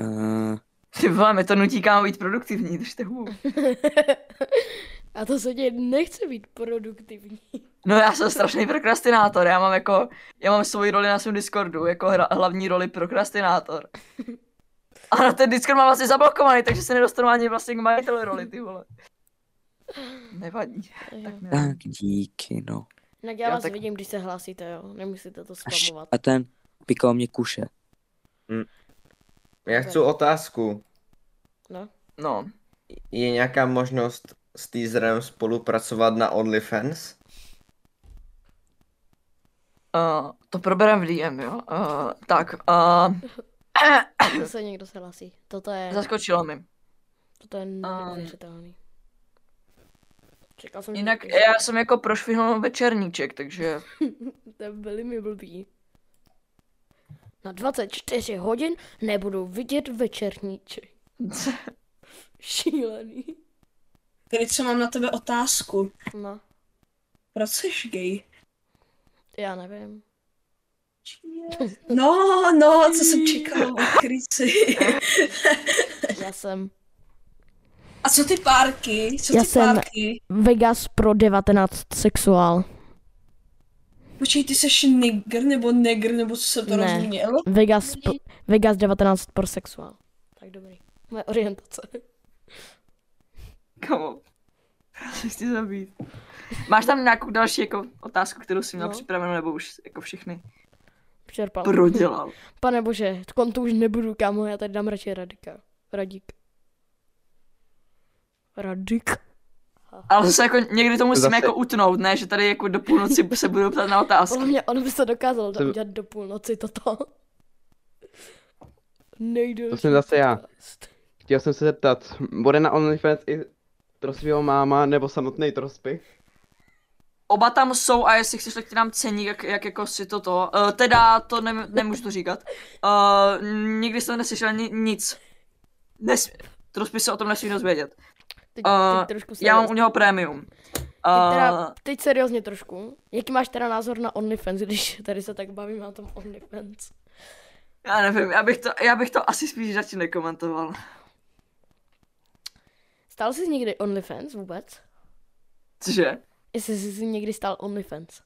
[SPEAKER 3] Uh,
[SPEAKER 2] Ty vole, mi to nutí kámo být produktivní, držte hubu.
[SPEAKER 1] A to se děje, nechce být produktivní.
[SPEAKER 2] No já jsem strašný prokrastinátor, já mám jako, já mám svoji roli na svém Discordu, jako hra, hlavní roli prokrastinátor. A na ten Discord mám vlastně zablokovaný, takže se nedostanu ani vlastně k majiteli roli, ty vole. Nevadí, tak nevadí.
[SPEAKER 3] tak díky, no.
[SPEAKER 1] Jinak já
[SPEAKER 2] Jo,
[SPEAKER 1] vás
[SPEAKER 2] tak-
[SPEAKER 1] vidím, když se hlásíte, jo. Nemusíte to
[SPEAKER 3] A, š-
[SPEAKER 1] spamovat.
[SPEAKER 3] a ten pikal mě kuše.
[SPEAKER 4] Já chci otázku.
[SPEAKER 2] No,
[SPEAKER 4] Je nějaká možnost s teaserem spolupracovat na OnlyFans?
[SPEAKER 2] uh, to probereme v DM, jo. Uh, tak, uh,
[SPEAKER 1] Zase někdo se hlásí. Toto je,
[SPEAKER 2] zaskočilo mi.
[SPEAKER 1] toto je
[SPEAKER 2] Um.
[SPEAKER 1] neuvěřitelný. Čekal jsem, že
[SPEAKER 2] Jinak
[SPEAKER 1] to-
[SPEAKER 2] já jsem jako prošvihnul večerníček, takže
[SPEAKER 1] To byli mi blbý. Na 24 hodin nebudu vidět večerníček. Šílený.
[SPEAKER 6] Tady co mám na tebe otázku.
[SPEAKER 1] No,
[SPEAKER 6] Proč jsi gay?
[SPEAKER 1] já nevím.
[SPEAKER 6] No, no, co jsem čekal, kryci.
[SPEAKER 1] Já jsem
[SPEAKER 6] A co ty párky? Co
[SPEAKER 1] Já
[SPEAKER 6] ty
[SPEAKER 1] jsem-
[SPEAKER 6] párky?
[SPEAKER 1] Vegas pro 19 sexuál.
[SPEAKER 6] Počkej, ty jsi nigger nebo negr, nebo co jsem to
[SPEAKER 1] Ne.
[SPEAKER 6] rozuměl?
[SPEAKER 1] Vegas, pro, Vegas 19 pro sexuál. Tak dobrý. Moje orientace.
[SPEAKER 2] kamo, já se chci zabít. Máš tam nějakou další jako otázku, kterou jsi měl
[SPEAKER 1] No.
[SPEAKER 2] připravenou, nebo už jako všechny
[SPEAKER 1] Čerpal.
[SPEAKER 2] prodělal?
[SPEAKER 1] Pane bože, kontu už nebudu, kámo, já tady dám radši Radika. Radík. Radik.
[SPEAKER 2] Ale se jako někdy to musíme
[SPEAKER 5] Zase-
[SPEAKER 2] jako utnout, ne? Že tady jako do půlnoci se budou ptát na
[SPEAKER 1] Podle
[SPEAKER 2] otázky.
[SPEAKER 1] mě on by se dokázal to
[SPEAKER 5] To-
[SPEAKER 1] udělat do půlnoci toto. Nejde.
[SPEAKER 5] To jsem zase já. Chtěl jsem se zeptat, bude na OnlyFans i Trospího máma nebo samotný Trospy?
[SPEAKER 2] Oba tam jsou a jestli chceš, tak ti dám ceník, jak, jak jako si to to. Uh, teda, to ne, nemůžu to říkat. Uh, nikdy jsem neslyšel ni, nic. Nes, trošku se o tom nesmí dozvědět.
[SPEAKER 1] Teď,
[SPEAKER 2] Eh,
[SPEAKER 1] teď trošku
[SPEAKER 2] Já mám u
[SPEAKER 1] seriózně.
[SPEAKER 2] něho prémium.
[SPEAKER 1] teď,
[SPEAKER 2] Uh,
[SPEAKER 1] teda, teď seriózně trošku. Jaký máš teda názor na OnlyFans, když tady se tak bavíme o tom OnlyFans?
[SPEAKER 2] já nevím, já bych, to, já bych to asi spíš radši nekomentoval.
[SPEAKER 1] Stál jsi někdy OnlyFans vůbec?
[SPEAKER 2] Cože?
[SPEAKER 1] Jestli jsi si někdy stál OnlyFans.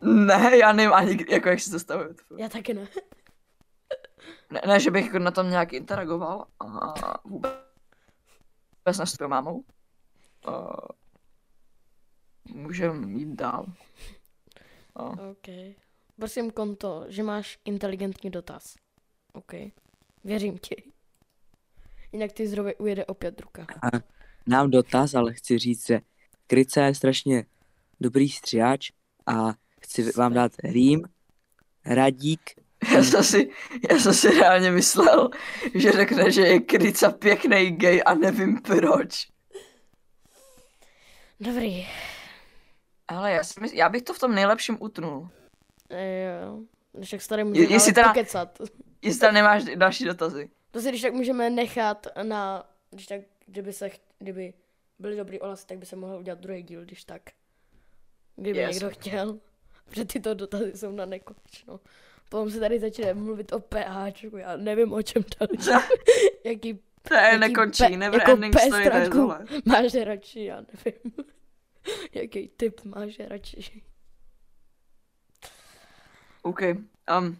[SPEAKER 2] Ne, já nevím ani, kdy- jako jak si to stavuje.
[SPEAKER 1] Já taky ne.
[SPEAKER 2] Ne, ne, že bych jako na tom nějak interagoval a vůbec vůbec nestupuju mámou. Uh, můžem jít dál.
[SPEAKER 1] OK. Prosím konto, že máš inteligentní dotaz. OK. Věřím ti. Jinak ty zrovi ujede opět ruka.
[SPEAKER 3] Nám dotaz, ale chci říct, že Kryca je strašně dobrý střihač a chci vám dát rým, radík,
[SPEAKER 2] Já jsem si, já jsem si reálně myslel, že řekne, že je kryca pěkný gay a nevím proč.
[SPEAKER 1] Dobrý.
[SPEAKER 2] Ale já, si mysl, já bych to v tom nejlepším utnul.
[SPEAKER 1] E, jo. Když tak se tady můžeme
[SPEAKER 2] jestli
[SPEAKER 1] ale
[SPEAKER 2] teda-
[SPEAKER 1] pokecat.
[SPEAKER 2] Jestli tam nemáš další dotazy.
[SPEAKER 1] To si když tak můžeme nechat na, když tak, kdyby se, ch- kdyby byly dobrý ohlasy, tak by se mohl udělat druhý díl, když tak. Kdyby
[SPEAKER 2] Yes.
[SPEAKER 1] yes. někdo chtěl. Protože tyto dotazy jsou na nekonečno. Potom se tady začne mluvit o PHčku, já nevím o čem další. Jaký
[SPEAKER 2] To je
[SPEAKER 1] Jaký
[SPEAKER 2] nekončí,
[SPEAKER 1] pe-
[SPEAKER 2] never
[SPEAKER 1] jako
[SPEAKER 2] ending story, to je
[SPEAKER 1] pestranku.
[SPEAKER 2] tohle.
[SPEAKER 1] máš radši, já nevím. Jaký typ máš radši.
[SPEAKER 2] OK. Um,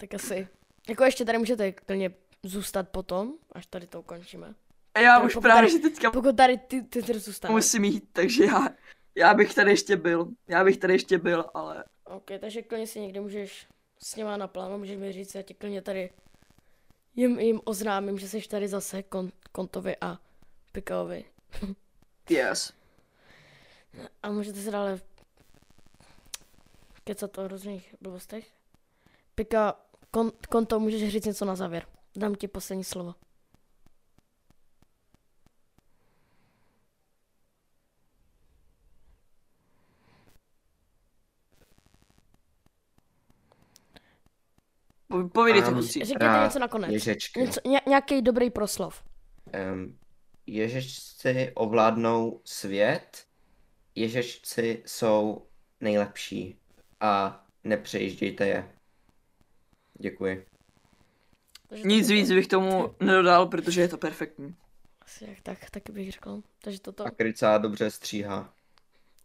[SPEAKER 1] Tak asi. Jako ještě tady můžete klidně zůstat potom, až tady to ukončíme.
[SPEAKER 2] já
[SPEAKER 1] To
[SPEAKER 2] už
[SPEAKER 1] pokud
[SPEAKER 2] právě,
[SPEAKER 1] tady-
[SPEAKER 2] že teďka
[SPEAKER 1] Pokud tady ty, ty tady zůstaneš.
[SPEAKER 2] musím jít, takže já, já bych tady ještě byl. Já bych tady ještě byl, ale
[SPEAKER 1] Ok, takže klidně si někdy můžeš s něma na plánu, můžeš mi říct, já ti klidně tady jim, jim oznámím, že jsi tady zase kon, kontovi a pikaovi.
[SPEAKER 2] yes.
[SPEAKER 1] A můžete se dále kecat o různých blbostech. Pika, kon, konto, můžeš říct něco na závěr. Dám ti poslední slovo.
[SPEAKER 2] Po- Povídejte,
[SPEAKER 4] Ám.
[SPEAKER 2] kluci.
[SPEAKER 1] Řekněte
[SPEAKER 4] Rád
[SPEAKER 1] něco nakonec.
[SPEAKER 4] Ježečky.
[SPEAKER 1] Něco, ně, nějaký dobrý proslov.
[SPEAKER 4] Um, ježečci ovládnou svět, ježečci jsou nejlepší a nepřejíždějte je. Děkuji.
[SPEAKER 1] Takže
[SPEAKER 2] Nic
[SPEAKER 1] toto-
[SPEAKER 2] víc bych tomu nedodal, protože je to perfektní.
[SPEAKER 1] Asi jak tak, taky bych řekl. Takže toto,
[SPEAKER 4] A krycá dobře stříhá.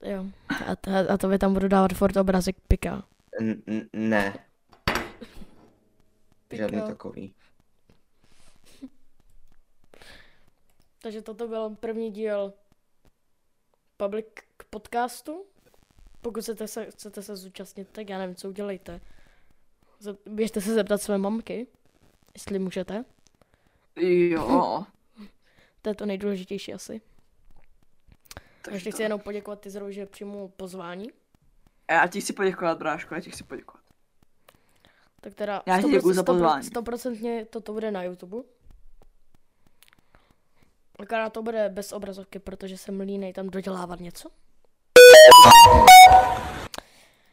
[SPEAKER 1] jo. A, to, a to by tam budu dávat furt obrázek Pika.
[SPEAKER 4] N- n- ne,
[SPEAKER 1] Pika.
[SPEAKER 4] žádný takový.
[SPEAKER 1] Takže toto byl první díl public podcastu. Pokud chcete se, chcete se zúčastnit, tak já nevím, co udělejte. Zep- Běžte se zeptat své mamky, jestli můžete. Hm.
[SPEAKER 2] Jo.
[SPEAKER 1] To je to nejdůležitější asi. A
[SPEAKER 2] Takže
[SPEAKER 1] ještě
[SPEAKER 2] to-
[SPEAKER 1] chci jenom poděkovat ty zrovna, že přijmu pozvání.
[SPEAKER 2] Já ti chci poděkovat, bráško, já ti chci poděkovat.
[SPEAKER 1] Tak teda
[SPEAKER 2] Já ti děkuju za pozvání.
[SPEAKER 1] 100% toto bude na YouTube. Akorát to bude bez obrazovky, protože jsem línej tam dodělávat něco.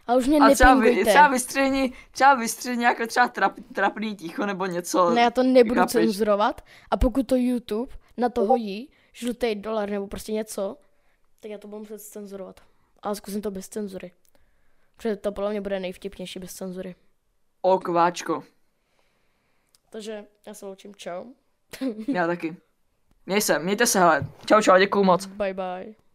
[SPEAKER 1] A už mě
[SPEAKER 2] A třeba, vy,
[SPEAKER 1] nepingujte.
[SPEAKER 2] třeba vystřihni, třeba vystřihni nějaké třeba trap, trapný ticho nebo něco.
[SPEAKER 1] Ne, já to nebudu
[SPEAKER 2] Chápeš?
[SPEAKER 1] cenzurovat. A pokud to YouTube na to hodí, žlutý dolar nebo prostě něco, tak já to budu muset cenzurovat. Ale zkusím to bez cenzury. Protože to podle mě bude nejvtipnější bez cenzury.
[SPEAKER 2] O, kváčko.
[SPEAKER 1] Takže já se loučím, čau.
[SPEAKER 2] Já taky. Měj se, mějte se, hele. Čau, čau, děkuju moc.
[SPEAKER 1] Bye bye.